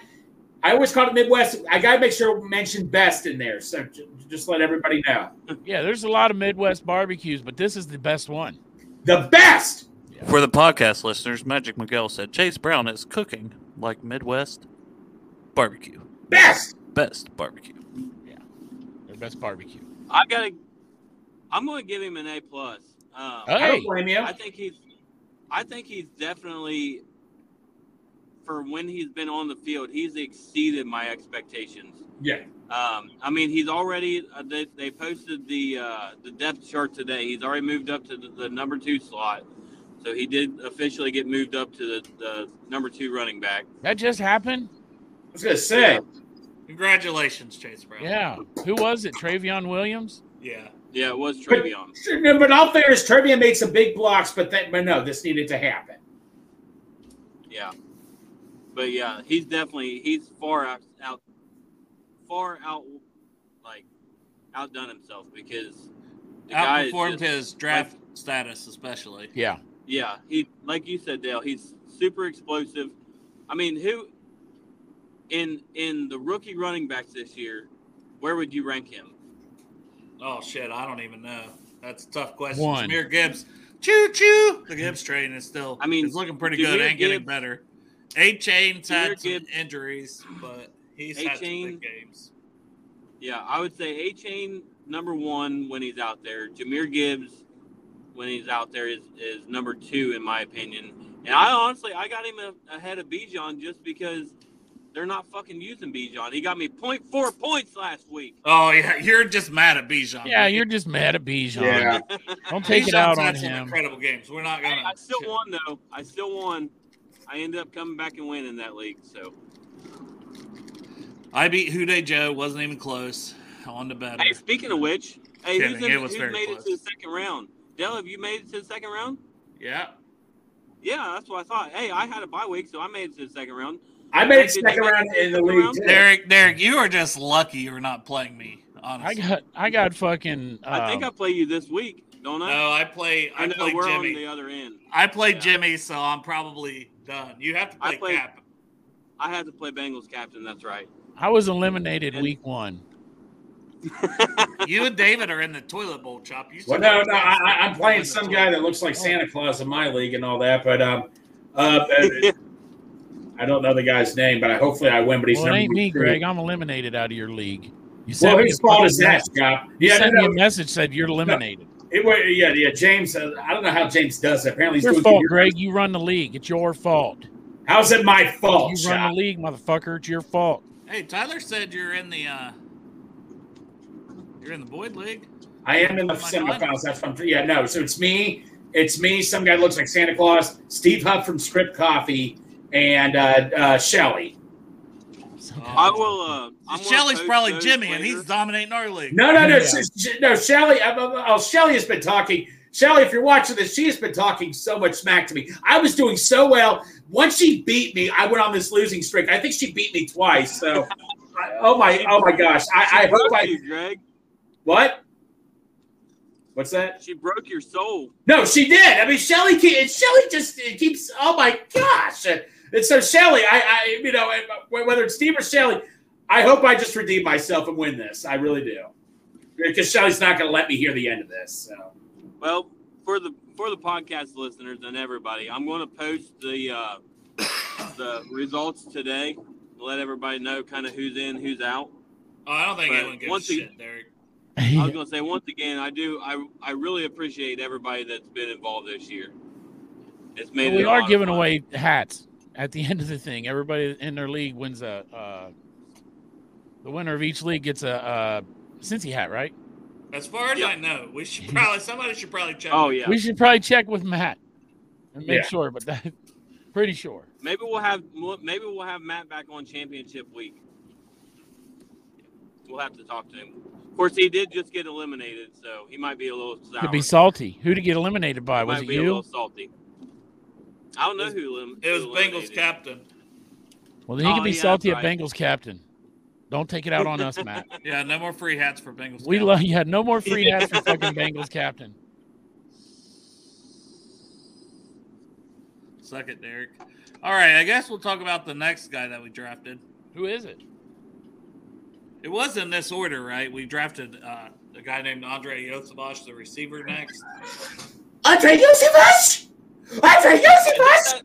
D: I always call it Midwest. I got to make sure mention best in there. So j- just let everybody know.
B: Yeah, there's a lot of Midwest barbecues, but this is the best one.
D: The best.
H: For the podcast listeners, Magic Miguel said Chase Brown is cooking like Midwest barbecue.
D: Best.
H: Best barbecue.
B: The best barbecue.
E: I gotta. I'm gonna give him an A plus. Um,
D: I
B: Hey,
D: don't blame you.
E: I think he's. I think he's definitely. For when he's been on the field, he's exceeded my expectations.
D: Yeah.
E: Um, I mean, he's already. Uh, they, they posted the uh, the depth chart today. He's already moved up to the, the number two slot, so he did officially get moved up to the, the number two running back.
B: that just happened.
D: I was going to say.
A: Congratulations, Chase Brown.
B: Yeah. Who was it? Travion Williams.
A: Yeah.
E: Yeah, it was Travion.
D: Sure, no, but all fairness, Turbia made some big blocks, but that, but no, this needed to happen.
E: Yeah, but yeah, he's definitely he's far out, out far out like outdone himself because the guy is
A: Outperformed
E: just-
A: his draft status, especially.
B: Yeah.
E: Yeah, he like you said, Dale. He's super explosive. I mean, who in in the rookie running backs this year? Where would you rank him?
A: Oh shit, I don't even know. That's a tough question.
B: One.
A: Jameer Gibbs. Choo choo. The Gibbs train is still
E: I mean,
A: it's looking pretty
E: Jameer
A: good and getting
E: Gibbs-
A: better. A chain's had
E: Jameer
A: some
E: Gibbs-
A: injuries, but he's had some
E: A-Chain.
A: big games.
E: Yeah, I would say A Chain number one when he's out there. Jameer Gibbs when he's out there is is number two in my opinion. And I honestly I got him a, ahead of Bijan just because they're not fucking using Bijan. He got me 0.4 points last week.
A: Oh yeah, you're just mad at Bijan.
B: Yeah, you're just mad at Bijan.
D: Yeah.
B: Don't take
A: Bijan's
B: it out on
A: had some
B: him.
A: incredible games. We're not gonna
E: I still won though. I still won. I ended up coming back and winning that league. So
A: I beat Houday Joe, wasn't even close. On to better.
E: hey, speaking of which, hey,
A: Kidding.
E: who's, in,
A: It was
E: who's
A: very
E: made
A: close.
E: it to the second round? Dell, have you made it to the second round?
A: Yeah.
E: Yeah, that's what I thought. Hey, I had a bye week, so I made it to the second round.
D: I made it
E: Did you
D: second
E: make
D: round
E: it
D: in the
E: second
D: league.
E: round?
D: too.
A: Derek, Derek, you are just lucky you're not playing me,
B: I
A: honestly.
B: got I got fucking uh,
E: I think I play you this week, don't I?
A: Oh. no, I play I,
E: I know
A: play
E: we're
A: Jimmy.
E: on the other end.
A: I played
E: Yeah.
A: Jimmy, so I'm probably done. You have to
E: I
A: play
E: played-
A: Cap.
E: I had to play Bengals captain. That's right.
B: I was eliminated week one.
A: You and David are in the toilet bowl chop. You still-
D: Well, no, no, I, I- I'm playing some guy that looks like Santa Claus in my league and all that, but um, uh, I don't know the guy's name, but I, hopefully I win. But he's
B: Well, it
D: number
B: ain't me,
D: two.
B: Greg. I'm eliminated out of your league. You sent
D: Well,
B: me
D: whose
B: a
D: fault
B: fucking
D: is that,
B: mess-
D: Scott?
B: You
D: Yeah,
B: sent
D: no,
B: me a
D: no,
B: message said you're eliminated.
D: it, wa- yeah, yeah. James, uh, I don't know how James does it. Apparently, he's
B: your
D: doing
B: fault, Greg. You run the league. It's your fault.
D: How's it my fault,
B: you run
D: Oh, Scott?
B: the league, motherfucker. It's your fault.
A: Hey, Tyler said you're in the uh you're in the Boyd League.
D: I am in the
A: My
D: semifinals. That's what I'm. Yeah, no. So it's me. It's me. Some guy that looks like Santa Claus. Steve Huff from Script Coffee and uh, uh, Shelly.
E: I will. Uh, I'm gonna
A: Oh. Shelly's
E: post
A: probably
E: those
A: Jimmy, and
E: later.
A: he's dominating our league.
D: No, no, no,
B: Yeah.
D: sh- sh- no. Shelly, I, I, oh, Shelly has been talking. Shelly, if you're watching this, she has been talking so much smack to me. I was doing so well. Once she beat me, I went on this losing streak. I think she beat me twice. So, I, oh my, oh my gosh.
E: She
D: I, I hope
E: broke
D: I
E: you, Greg.
D: what? What's that?
E: She broke your soul.
D: No, she did. I mean, Shelly. Shelly just it keeps. Oh my gosh! And, and so Shelly, I, I, you know, and whether it's Steve or Shelly, I hope I just redeem myself and win this. I really do, because Shelly's not going to let me hear the end of this. So
E: Well, for the for the podcast listeners and everybody, I'm going to post the uh, the results today. Let everybody know kind of who's in, who's out.
A: Oh, I don't think
E: But
A: anyone gives
E: once
A: a
E: he-
A: shit, Derek.
E: I was going to say once again, I do. I I really appreciate everybody that's been involved this year. It's made.
B: we
E: it a lot
B: are
E: of
B: giving
E: fun.
B: away hats at the end of the thing. Everybody in their league wins a. Uh, the winner of each league gets a uh, Cincy hat, right?
A: As far as
E: Yeah.
A: I know, we should probably somebody should probably check.
E: Oh yeah,
B: We should probably check with Matt and make
D: Yeah.
B: sure. But that, Pretty sure.
E: Maybe we'll have maybe we'll have Matt back on championship week. We'll have to talk to him. Of course, he did just get eliminated, so he might be a little sour.
B: Could be salty. Who to get eliminated by?
E: He
B: Was
E: might
B: it
E: be a little
B: you?
E: salty. I don't know who. elim-
A: It was
E: who
A: Bengals
E: eliminated.
A: captain.
B: Well, then he
E: Oh,
B: could be
E: yeah,
B: salty
E: that's
B: at Bengals captain. Don't take it out on us, Matt.
A: Yeah, no more free hats for Bengals.
B: We
A: captain.
B: love you. Had no more free hats for fucking Bengals captain.
A: Suck it, Derek. All right, I guess we'll talk about the next guy that we drafted.
B: Who is it?
A: It was in this order, right? We drafted uh, a guy named Andre Yosevash, the receiver, next.
D: Andre Yusivas! Andre
E: Is that
D: Yusivas!
E: that-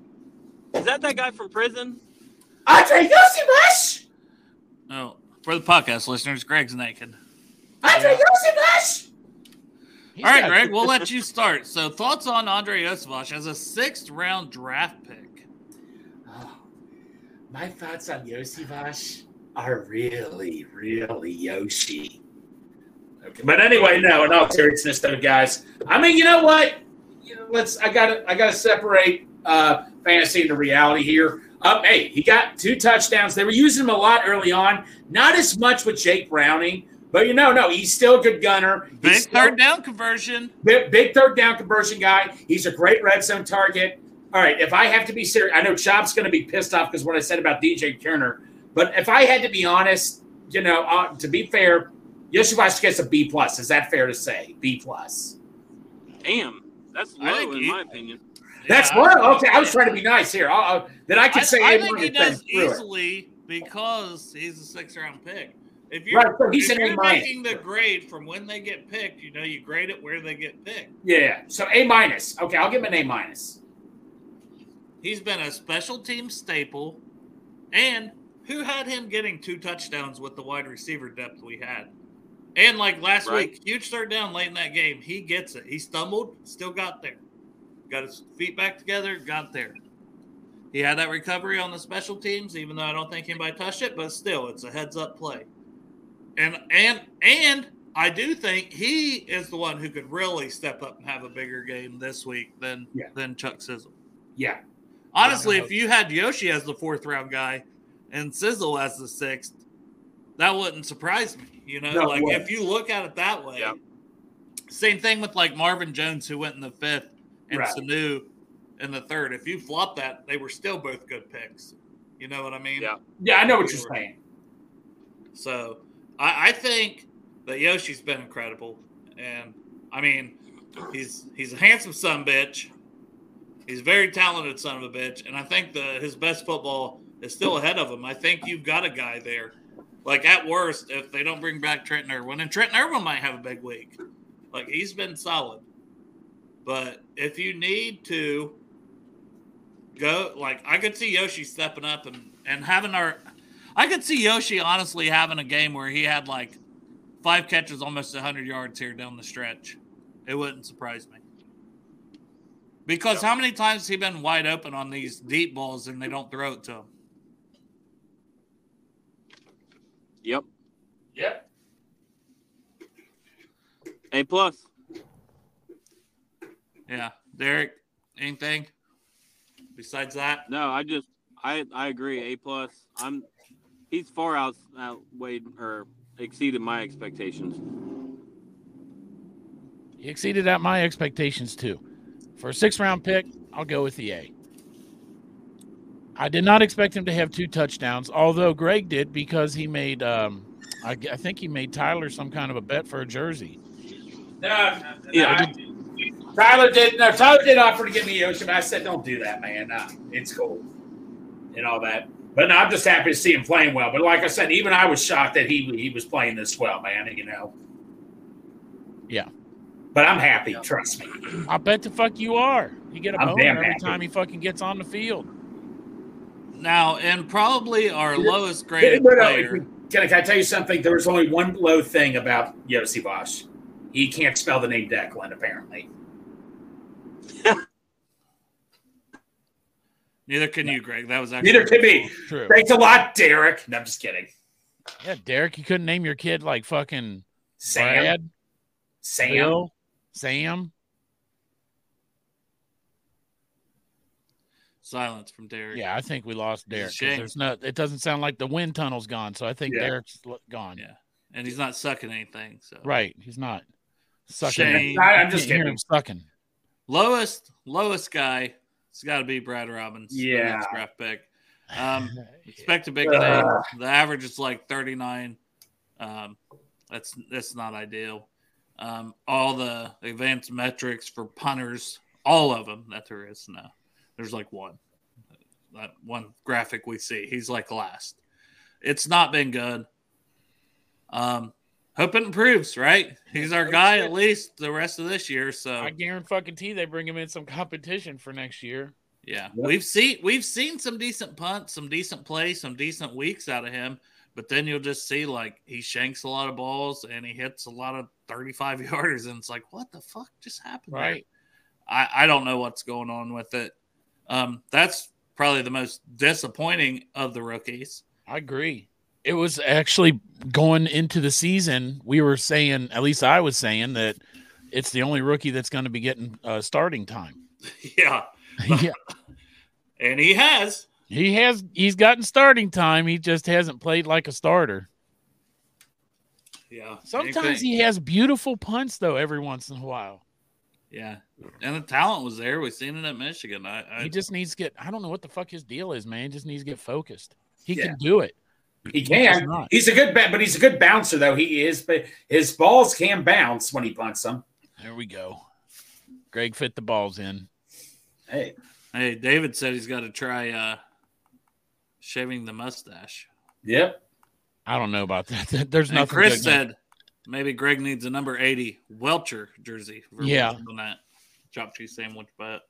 E: is that that guy from prison?
D: Andre Yusivas!
A: Oh, for the podcast listeners, Greg's naked.
D: Andre Yusivas!
B: He's
A: All right,
B: got-
A: Greg, we'll let you start. So, thoughts on Andre Yosevash as a sixth round draft pick?
D: Oh, my thoughts on Yoshivash are really, really Yoshi. Okay, but anyway, no, in all seriousness, though, guys, I mean, you know what? You know, let's. I gotta, I gotta separate uh, fantasy into reality here. Um, hey, he got two touchdowns. They were using him a lot early on, not as much with Jake Browning, but you know, no, he's still a good gunner. He's
A: Big
D: still-
A: third down conversion.
D: Big, big third down conversion guy. He's a great red zone target. All right, if I have to be serious, I know Chop's going to be pissed off because what I said about DJ Turner. But if I had to be honest, you know, uh, to be fair, Yoshivash gets a B plus. Is that fair to say? B plus.
E: Damn, that's
A: I
E: low
A: think
E: in
A: he-
E: my opinion.
D: That's
A: Yeah,
D: what. Okay, I was trying to be nice here. i then I
A: I,
D: could say
A: I
D: A
A: think
D: minus
A: he
D: and
A: does
D: screw it.
A: easily because he's a six round pick. If you're,
D: Right, so he's
A: if
D: an A
A: you're
D: minus.
A: making the grade from when they get picked, you know you grade it where they get picked.
D: Yeah. So A minus. Okay, I'll give him an A minus.
A: He's been a special team staple. And who had him getting two touchdowns with the wide receiver depth we had? And like last
E: Right.
A: week, huge third down late in that game. He gets it. He stumbled, still got there. Got his feet back together, got there. He had that recovery on the special teams, even though I don't think anybody touched it, but still it's a heads up play. And and and I do think he is the one who could really step up and have a bigger game this week than
D: Yeah.
A: than Chuck Sizzle.
D: Yeah.
A: Honestly,
B: Yeah.
A: if you had Yoshi as the fourth round guy and Sizzle as the sixth, that wouldn't surprise me. You know,
D: No, it
A: like
D: wouldn't.
A: if you look at it that way,
E: Yeah.
A: same thing with like Marvin Jones, who went in the fifth, and
D: Right.
A: Sanu in the third. If you flop that, they were still both good picks. You know what I mean?
E: Yeah.
D: Yeah, I know what you're saying.
A: So I, I think that Yoshi's been incredible, and I mean, he's he's a handsome son of a bitch. He's a very talented son of a bitch, and I think the his best football is still ahead of him. I think you've got a guy there. Like at worst, if they don't bring back Trenton Irwin, and Trenton Irwin might have a big week. Like he's been solid, but if you need to go, like I could see Yoshi stepping up and and having our I could see Yoshi honestly having a game where he had like five catches, almost 100 yards here down the stretch. It wouldn't surprise me. Because how many times has he been wide open on these deep balls and they don't throw it to him?
E: Yep.
D: Yep.
E: A plus.
A: Yeah. Derek, anything besides that?
E: No, I just I I agree. A plus. I'm he's far out outweighed or exceeded my expectations.
B: He exceeded out my expectations too. For a six round pick, I'll go with the A. I did not expect him to have two touchdowns, although Greg did because he made, um, I, g- I think he made Tyler some kind of a bet for a jersey.
D: No,
E: Yeah, I
D: I- Tyler did. No, Tyler did offer to give me Yoshi, but I said, "Don't do that, man. Nah, it's cool and all that." But no, I'm just happy to see him playing well. But like I said, even I was shocked that he he was playing this well, man. You know.
B: Yeah.
D: But I'm happy. Trust me.
B: I bet the fuck you are. You get a
D: I'm
B: boner
D: damn
B: every
D: happy.
B: time he fucking gets on the field.
A: Now, and probably our lowest
D: Hey,
A: graded
D: no, no,
A: player.
D: Can, can I tell uh, you something? There was only one low thing about Yossi Bosch. He can't spell the name Declan, apparently.
A: Neither can you, Greg. That was actually.
D: Neither can me.
B: True.
D: Thanks a lot, Derek. No, I'm just kidding.
B: Yeah, Derek, you couldn't name your kid like fucking
D: Sam.
B: Brad,
D: Sam.
B: Bill, Sam.
A: Silence from Derek.
B: Yeah, I think we lost Derek. 'cause
A: shame.
B: There's no. It doesn't sound like the wind tunnel's gone, so I think
A: Yeah.
B: Derek's l- gone.
A: Yeah. And he's not sucking anything. So
B: Right, he's not sucking.
A: Shame.
D: I- I'm just
B: Can't hear
D: kidding.
B: him sucking.
A: Lowest lowest guy. It's got to be Brad Robbins. the
D: Yeah.
A: next draft pick. Um, expect a big thing. The average is like 39. Um, that's that's not ideal. Um, all the advanced metrics for punters, all of them that there is now. There's like one, that one graphic we see. He's like last. It's not been good. Um, hope it improves. Right? He's our guy at least the rest of this year. So
B: I guarantee fucking T they bring him in some competition for next year.
A: yeah,
D: Yep.
A: we've seen we've seen some decent punts, some decent plays, some decent weeks out of him. But then you'll just see like he shanks a lot of balls and he hits a lot of thirty-five yarders, and it's like, what the fuck just happened? there?
B: Right.
A: I I don't know what's going on with it. Um, that's probably the most disappointing of the rookies.
B: I agree. It was actually going into the season. We were saying, at least I was saying that it's the only rookie that's going to be getting uh, starting time.
A: yeah,
B: yeah,
A: and he has.
B: he has. He's gotten starting time. He just hasn't played like a starter.
A: Yeah,
B: Sometimes
A: anything.
B: he has beautiful punts though. Every once in a while,
A: Yeah, and the talent was there. We've seen it at Michigan. I, I
B: he just needs to get. I don't know what the fuck his deal is, man. He just needs to get focused. He
D: Yeah.
B: can do it.
D: He
B: He's
D: can.
B: not.
D: He's a good ba- but he's a good bouncer though. He is, but his balls can bounce when he punts them.
B: There we go. Greg fit the balls in.
D: Hey,
A: Hey, David said he's got to try uh, shaving the mustache.
D: yep.
B: I don't know about that. There's
A: And
B: nothing.
A: Chris
B: good-
A: said maybe Greg needs a number 80 Welcher jersey. for
B: Yeah.
A: On that chopped cheese sandwich bet.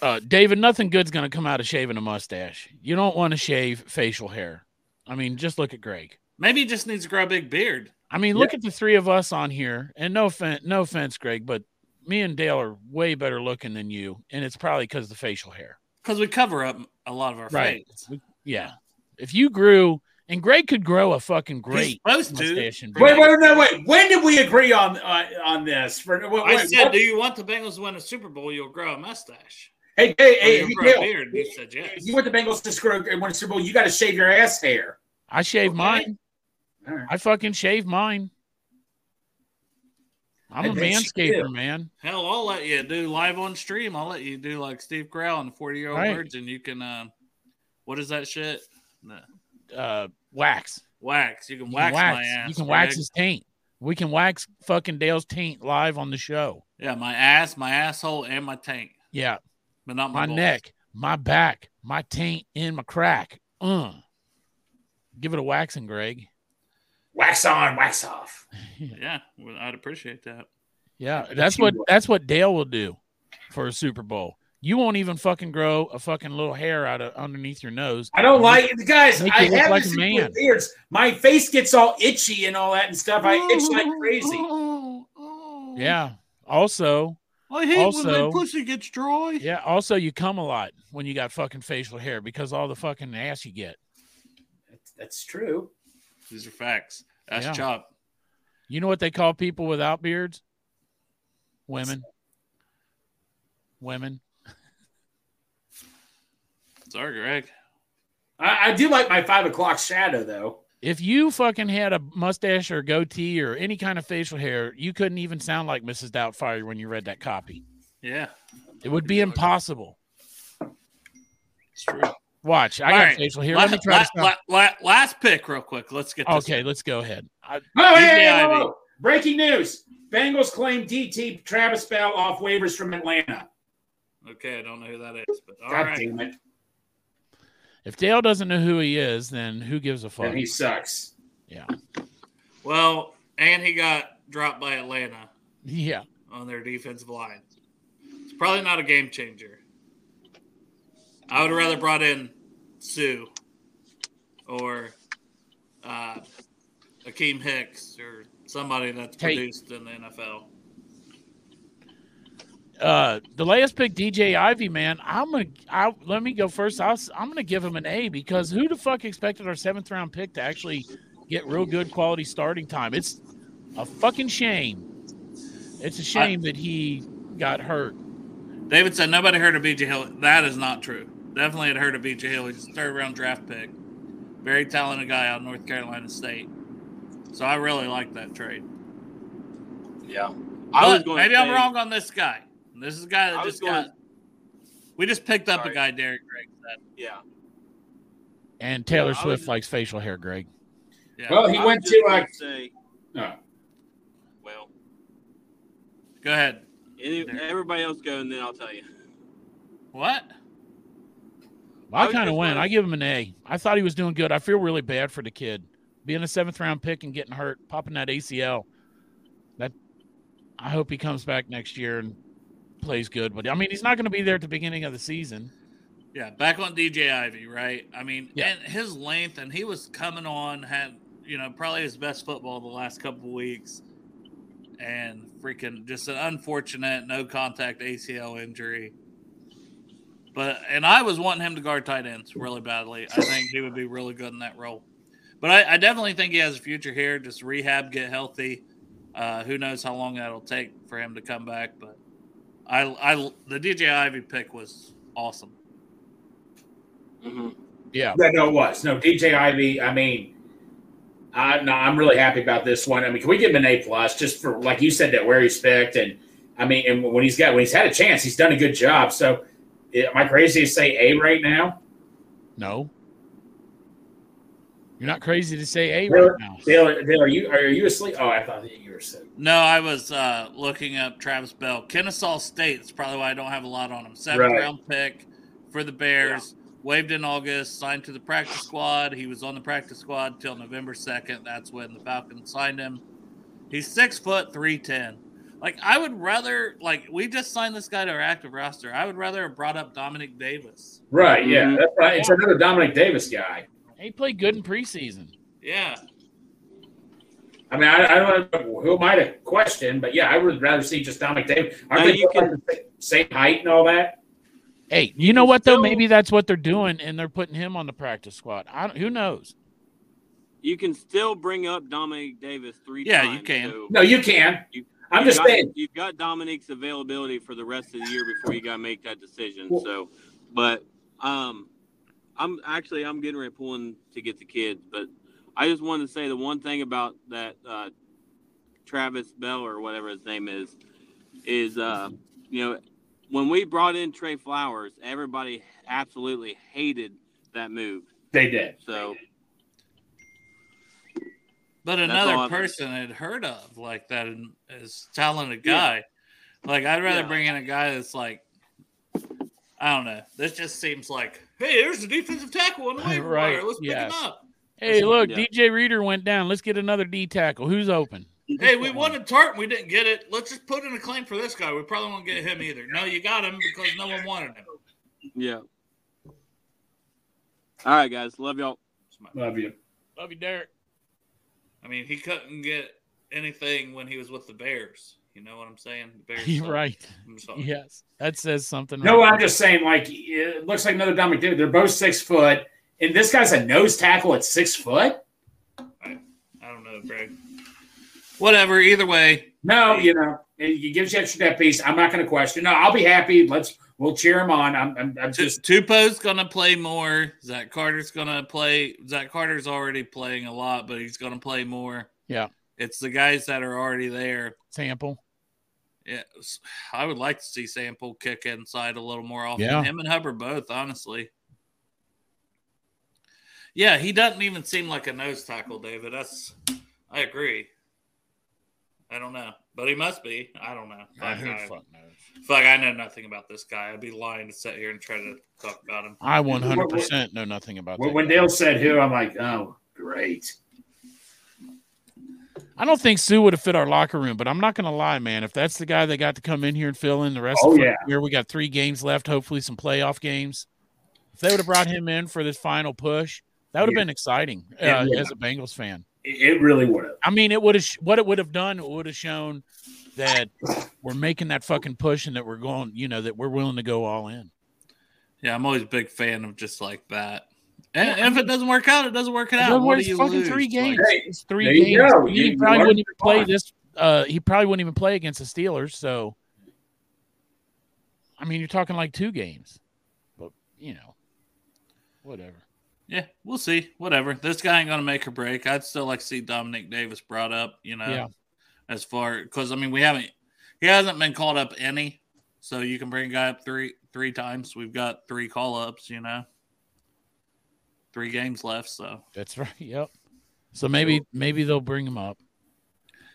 B: uh, David, nothing good's going to come out of shaving a mustache. You don't want to shave facial hair. I mean, just look at Greg.
A: Maybe he just needs to grow a big beard.
B: I mean, look at the three of us on here. And no offense, no offense, Greg, but me and Dale are way better looking than you, and it's probably because of the facial hair.
A: Because we cover up a lot of our
B: Right.
A: face.
B: Yeah. If you grew, and Greg could grow a fucking
A: He's
B: great
A: supposed to.
B: mustache. And
D: Wait, wait, no, wait. When did we agree on uh, on this? For, wait,
A: I
D: wait,
A: said,
D: what-
A: do you want the Bengals to win a Super Bowl? You'll grow a mustache.
D: hey,
A: Or
D: hey, hey,
A: you'll
B: Oh,
D: hey,
A: grow a
D: Dale,
A: beard. You said
D: if
A: yes.
D: you want the Bengals to screw and win a Super Bowl, you got to shave your ass hair.
B: I shave
A: Okay.
B: mine.
D: All right.
B: I fucking shave mine. I'm a
D: I think she
B: manscaper, man.
A: Hell, I'll let you do live on stream. I'll let you do like Steve Crowell and 40 year old
B: Right.
A: words, and you can, um, what is that shit? No.
B: Uh, wax.
A: Wax. You can
B: You can
A: wax,
B: wax,
A: my ass.
B: you can
A: Greg.
B: wax his taint. We can wax fucking Dale's taint live on the show.
A: Yeah, my ass, my asshole, and my tank,
B: Yeah,
A: but not my,
B: my
A: balls.
B: neck, my back, my taint, and my crack. Uh, give it a waxing, Greg.
D: Wax on, wax off.
A: Yeah, well, I'd appreciate that.
B: Yeah, that's what that's what Dale will do for a Super Bowl. You won't even fucking grow a fucking little hair out of underneath your nose.
D: I don't like guys.
B: Make
D: I
B: you look
D: have
B: like
D: this
B: a
D: issue
B: man.
D: with beards. My face gets all itchy and all that and stuff. I itch like crazy.
B: Yeah. Also,
A: I
B: hate when my Also-
A: pussy gets dry.
B: yeah. Also, you come a lot when you got fucking facial hair because all the fucking ass you get.
D: That's, that's true.
A: These are facts. That's
B: Yeah.
A: chop.
B: You know what they call people without beards? Women. Women.
A: Sorry, Greg.
D: I, I do like my five o'clock shadow though.
B: If you fucking had a mustache or goatee or any kind of facial hair, you couldn't even sound like Mrs. Doubtfire when you read that copy.
A: Yeah,
B: It would be impossible.
A: it's true.
B: Watch, I
A: All
B: got
A: right.
B: facial hair.
A: La-
B: Let me try to
A: la-
B: stop.
A: la- la- last pick, real quick. Let's get this.
B: Okay, let's go ahead. I,
D: Oh, hey,
A: DJ
D: hey, whoa,
A: Ivey.
D: whoa. Breaking news. Bengals claim DT Travis Bell off waivers from Atlanta.
A: Okay, I don't know who that is, but all
D: God
A: right.
D: damn it.
B: if Dale doesn't know who he is, then who gives a fuck?
D: And he sucks.
B: Yeah.
A: Well, and he got dropped by Atlanta
B: Yeah.
A: on their defensive line. It's probably not a game changer. I would rather brought in Sue or uh, Akeem Hicks or somebody that's
B: Hey.
A: produced in the NFL.
B: uh the last pick dj ivy man i'm gonna i let me go first I'll, s- i'm gonna give him an a because who the fuck expected our seventh round pick to actually get real good quality starting time it's a fucking shame it's a shame that he got hurt
A: David said nobody heard of BJ Hill. That is not true. Definitely had heard of BJ Hill. He's a third round draft pick. Very talented guy out of North Carolina State. So I really like that trade.
E: Yeah.
A: But
E: I was going
A: maybe
E: to
A: I'm
E: say-
A: wrong on this guy. This is a guy that
E: I was
A: just
E: going-
A: got. We just picked up
E: Sorry.
A: a guy, Derek Gregg. said.
E: Yeah.
B: And Taylor
E: I
B: Swift
E: was-
B: likes facial hair, Greg.
A: Yeah.
D: Well, he
E: I was
D: went
E: just
D: to.
E: gonna
D: Uh,
E: say,
D: no.
E: well,
A: Go ahead.
E: any,
A: There.
E: everybody else go, and then I'll tell you.
A: What?
B: Well, I
E: was
B: kind of
E: just
B: went.
E: gonna-
B: I give him an A. I thought he was doing good. I feel really bad for the kid being a seventh round pick and getting hurt, popping that ACL. That I hope he comes back next year and plays good. But I mean, he's not going to be there at the beginning of the season.
A: Yeah, back on DJ Ivy, right? I mean,
B: Yeah.
A: and his length, and he was coming on, had you know probably his best football the last couple weeks, and freaking just an unfortunate no contact ACL injury. But and I was wanting him to guard tight ends really badly. I think he would be really good in that role. But I, I definitely think he has a future here. Just rehab, get healthy. Uh, who knows how long that'll take for him to come back? But I, I the DJ Ivy pick was awesome.
B: Yeah.
D: No, no, it was no DJ Ivy. I mean, I'm not, I'm really happy about this one. I mean, can we give him an A plus just for like you said that where he's picked and I mean, and when he's got when he's had a chance, he's done a good job. So, am I crazy to say A right now?
B: No. You're not crazy to say A
D: Taylor-
B: right now.
D: Dale, Dale, are you are you asleep? Oh, I thought that you were asleep.
A: No, I was uh, looking up Travis Bell. Kennesaw State. That's probably why I don't have a lot on him. Seventh
D: Right.
A: round pick for the Bears. Waived in August. Signed to the practice squad. He was on the practice squad till November second. That's when the Falcons signed him. He's six foot three ten. Like I would rather like we just signed this guy to our active roster. I would rather have brought up Dominic Davis.
D: Right? Yeah, that's right. It's another Dominic Davis guy.
B: He played good in preseason.
A: Yeah,
D: I mean, I, I don't know who might have questioned, but yeah, I would rather see just Dominic Davis. Aren't
E: Now
D: they
E: you
D: both like the same height and all that?
B: Hey, you know what though? Maybe that's what they're doing, and they're putting him on the practice squad. I don't, who knows?
E: You can still bring up Dominic Davis three
A: Yeah,
E: times.
A: you can.
E: so
D: No, you can.
E: You-
D: I'm
E: you've
D: just
E: got-
D: saying.
E: You've got Dominic's availability for the rest of the year before you got to make that decision. So, but um, I'm actually I'm getting ready to pull in to get the kids, but I just wanted to say the one thing about that uh, Travis Bell or whatever his name is is uh, you know when we brought in Trey Flowers, everybody absolutely hated that move.
D: They did.
E: So
A: but
E: all
A: another
E: I've-
A: person had heard of like that and is talented guy. Like I'd rather
E: Yeah.
A: bring in a guy that's like I don't know. This just seems like hey, there's a defensive tackle on the waiver
B: Right,
A: wire. Let's
B: yes.
A: pick him up.
B: Hey, look,
E: Yeah.
B: DJ Reader went down. Let's get another D tackle. Who's open?
A: Hey, we wanted Tartan, we didn't get it. Let's just put in a claim for this guy. We probably won't get him either. No, you got him because no one wanted him.
E: yeah. All right, guys, love y'all.
D: Love you.
B: Love you, Derek.
A: I mean, he couldn't get anything when he was with the Bears. You know what I'm saying? The Bears.
B: You're
A: suck.
B: right.
A: I'm sorry.
B: Yes, that says something.
D: No,
B: right
D: I'm
B: there.
D: just saying, like, it looks like another Dominic Davis. They're both six foot, and this guy's a nose tackle at six foot.
A: I don't know, Greg. Whatever. Either way,
D: No, you know, it, it gives you extra depth piece. I'm not going to question. No, I'll be happy. Let's we'll cheer him on. I'm, I'm, I'm
A: Tu-
D: just
A: Tupo's gonna play more. Zach Carter's gonna play. Zach Carter's already playing a lot, but he's gonna play more.
B: Yeah.
A: it's the guys that are already there.
B: sample.
A: Yeah, s- I would like to see Sample kick inside a little more often.
B: Yeah.
A: Him and Hubbard both, honestly. Yeah, he doesn't even seem like a nose tackle, David. That's I agree. I don't know, but he must be. I don't know.
B: I,
A: Fuck,
B: who
A: I-
B: the fuck knows?
A: fuck, I know nothing about this guy. I'd be lying to sit here and try to talk about him.
B: I 100 percent know nothing about
D: when,
B: that.
D: when Dale said who, I'm like, oh, great.
B: I don't think Sue would have fit our locker room, but I'm not going to lie, man. If that's the guy that got to come in here and fill in the rest
D: Oh,
B: of the
D: yeah.
B: year, we got three games left. Hopefully, some playoff games. If they would have brought him in for this final push, that would have
D: Yeah.
B: been exciting
D: Yeah,
B: uh,
D: yeah.
B: as a Bengals fan.
D: It, it really would have.
B: I mean, it would have what it would have done. It would have shown that we're making that fucking push and that we're going, you know, that we're willing to go all in.
A: Yeah, I'm always a big fan of just like that. And and if it doesn't work out, it doesn't work it out. What do
B: Otherwise,
A: you
B: fucking
A: lose?
B: three games.
A: Like,
D: Hey,
B: It's three
D: there you
B: games.
D: go.
B: He
D: You- you
B: probably
D: learned
B: wouldn't even
D: from
B: play
D: it.
B: this. Uh, he probably wouldn't even play against the Steelers. So, I mean, you're talking like two games, but you know, Whatever.
A: Yeah, we'll see. Whatever. This guy ain't gonna make a break. I'd still like to see Dominic Davis brought up. You know,
B: Yeah.
A: as far because I mean we haven't he hasn't been called up any, so you can bring a guy up three three times. We've got three call ups. You know, three games left. So
B: That's right. Yep. So maybe maybe they'll bring him up.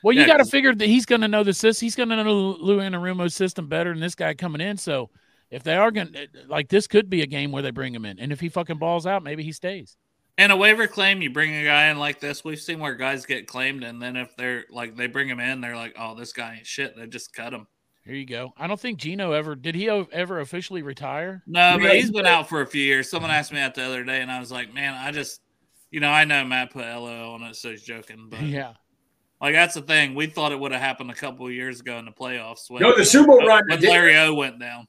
B: Well, you
A: Yeah,
B: got to
A: 'cause-
B: figure that he's going to know the system. He's going to know Lou Anarumo's system better than this guy coming in. So if they are going to like this, could be a game where they bring him in, and if he fucking balls out, maybe he stays.
A: And a waiver claim, you bring a guy in like this. We've seen where guys get claimed, and then if they're like they bring him in, they're like, "Oh, this guy ain't shit." They just cut him.
B: Here you go. I don't think Gino ever did. He o- ever officially retire?
A: No, but he's been out for a few years. Someone asked me that the other day, and I was like, "Man, I just, you know, I know Matt put LO on it, so he's joking." But
B: Yeah.
A: like that's the thing. We thought it would have happened a couple of years ago in the playoffs. When,
D: No, the Super Bowl
A: when
D: run.
A: when
D: did-
A: Larry O went down.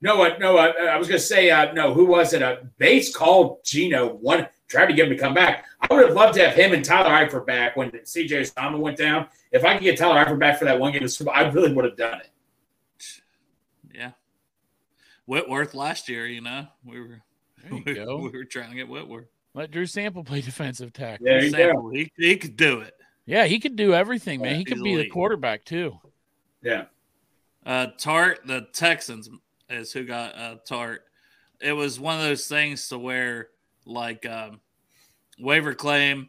D: No, uh, no, uh, I was going to say, uh, no, who was it? Uh, Bates called Gino, one, tried to get him to come back. I would have loved to have him and Tyler Eifert back when CJ Osama went down. If I could get Tyler Eifert back for that one game, of the Super Bowl, I really would have done it.
A: Yeah, Whitworth last year. You know, we were
B: There
A: we,
B: you go.
A: were trying to get Whitworth.
B: Let Drew Sample play defensive tackle.
D: There you go.
A: Sample, He, he could do it.
B: Yeah, he could do everything, man.
A: Yeah,
B: He could
A: he's
B: be the
A: elite.
B: quarterback too.
D: Yeah.
A: Uh, Tart, the Texans is who got uh, Tart. It was one of those things to where, like, um, waiver claim,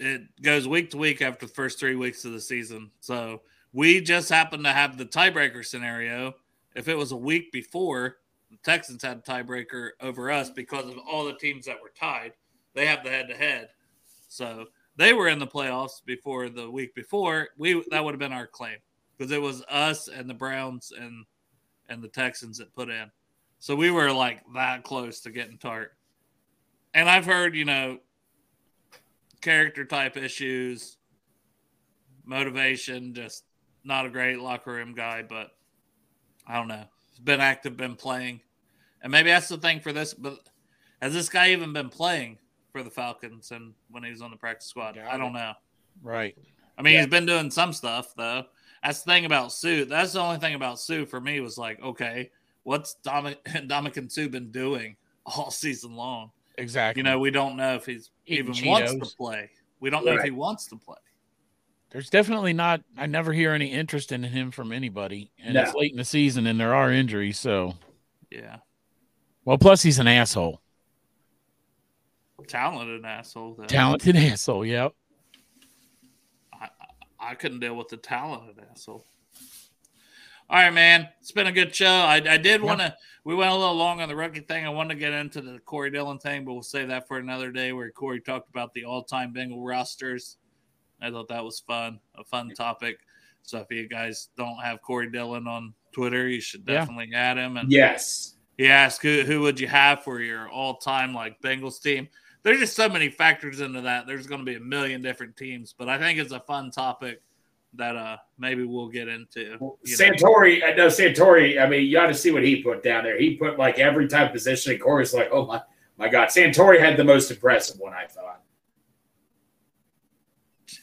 A: it goes week to week after the first three weeks of the season. So we just happened to have the tiebreaker scenario. If it was a week before, the Texans had a tiebreaker over us because of all the teams that were tied. They have the head to head. So they were in the playoffs before the week before. We that would have been our claim because it was us and the Browns and and the Texans that put in. So we were like that close to getting tart. And I've heard, you know, character type issues, motivation, just not a great locker room guy, but I don't know. He's been active, been playing. And maybe that's the thing for this, but has this guy even been playing for the Falcons and when he was on the practice squad? I don't know.
B: Right.
A: I mean, he's been doing some stuff though. That's the thing about Sue. That's the only thing about Sue for me was like, okay, what's Dominic and Sue been doing all season long?
B: Exactly.
A: You know, we don't know if he's
B: Eating
A: even wants
B: Cheetos.
A: to play. We don't know if he wants to play.
B: there's definitely not I never hear any interest in him from anybody. And
D: No.
B: it's late in the season and there are injuries, so
A: Yeah,
B: well plus he's an asshole.
A: Uh-huh. talented asshole. Though.
B: Talented asshole, yep.
A: I couldn't deal with the talented asshole. All right, man. It's been a good show. I, I did want to. We went a little long on the rookie thing. I wanted to get into the Corey Dillon thing, but we'll save that for another day. Where Corey talked about the all-time Bengal rosters. I thought that was fun, a fun topic. So if you guys don't have Corey Dillon on Twitter, you should
B: Yeah.
A: definitely add him. And
D: Yes.
A: he asked who who would you have for your all time like Bengals team. There's just so many factors into that. There's going to be a million different teams, but I think it's a fun topic that uh maybe we'll get into. you know.
D: Santori, I know Santori. I mean, you ought to see what he put down there. He put like every type of position. And Corey's like, oh my, my God. Santori had the most impressive one, I thought.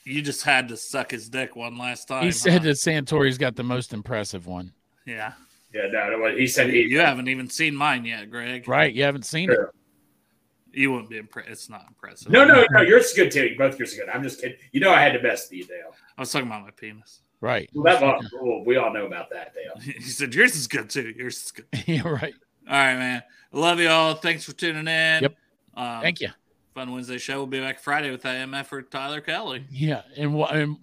A: You just had to suck his dick one last time.
B: He
A: huh?
B: said that Santori's got the most impressive one.
A: "Yeah,
D: Yeah, no, no, what he said he.
A: you haven't even seen mine yet, Greg.
B: Right. You haven't seen it.
D: Sure.
A: You wouldn't be impressed. It's not impressive.
D: No, no, no. Yours is good too. Both yours are good. I'm just kidding. You know, I had the best of you, Dale.
A: I was talking about my penis.
B: Right.
D: Well, that, well, well, we all know about that, Dale.
A: He said yours is good too. Yours is good.
B: yeah, right.
A: All right, man. I love you all. Thanks for tuning in.
B: Yep.
A: Um,
B: Thank you.
A: uh, Fun Wednesday show. We'll be back Friday with that MF for Tyler Kelly.
B: Yeah. And, wh- and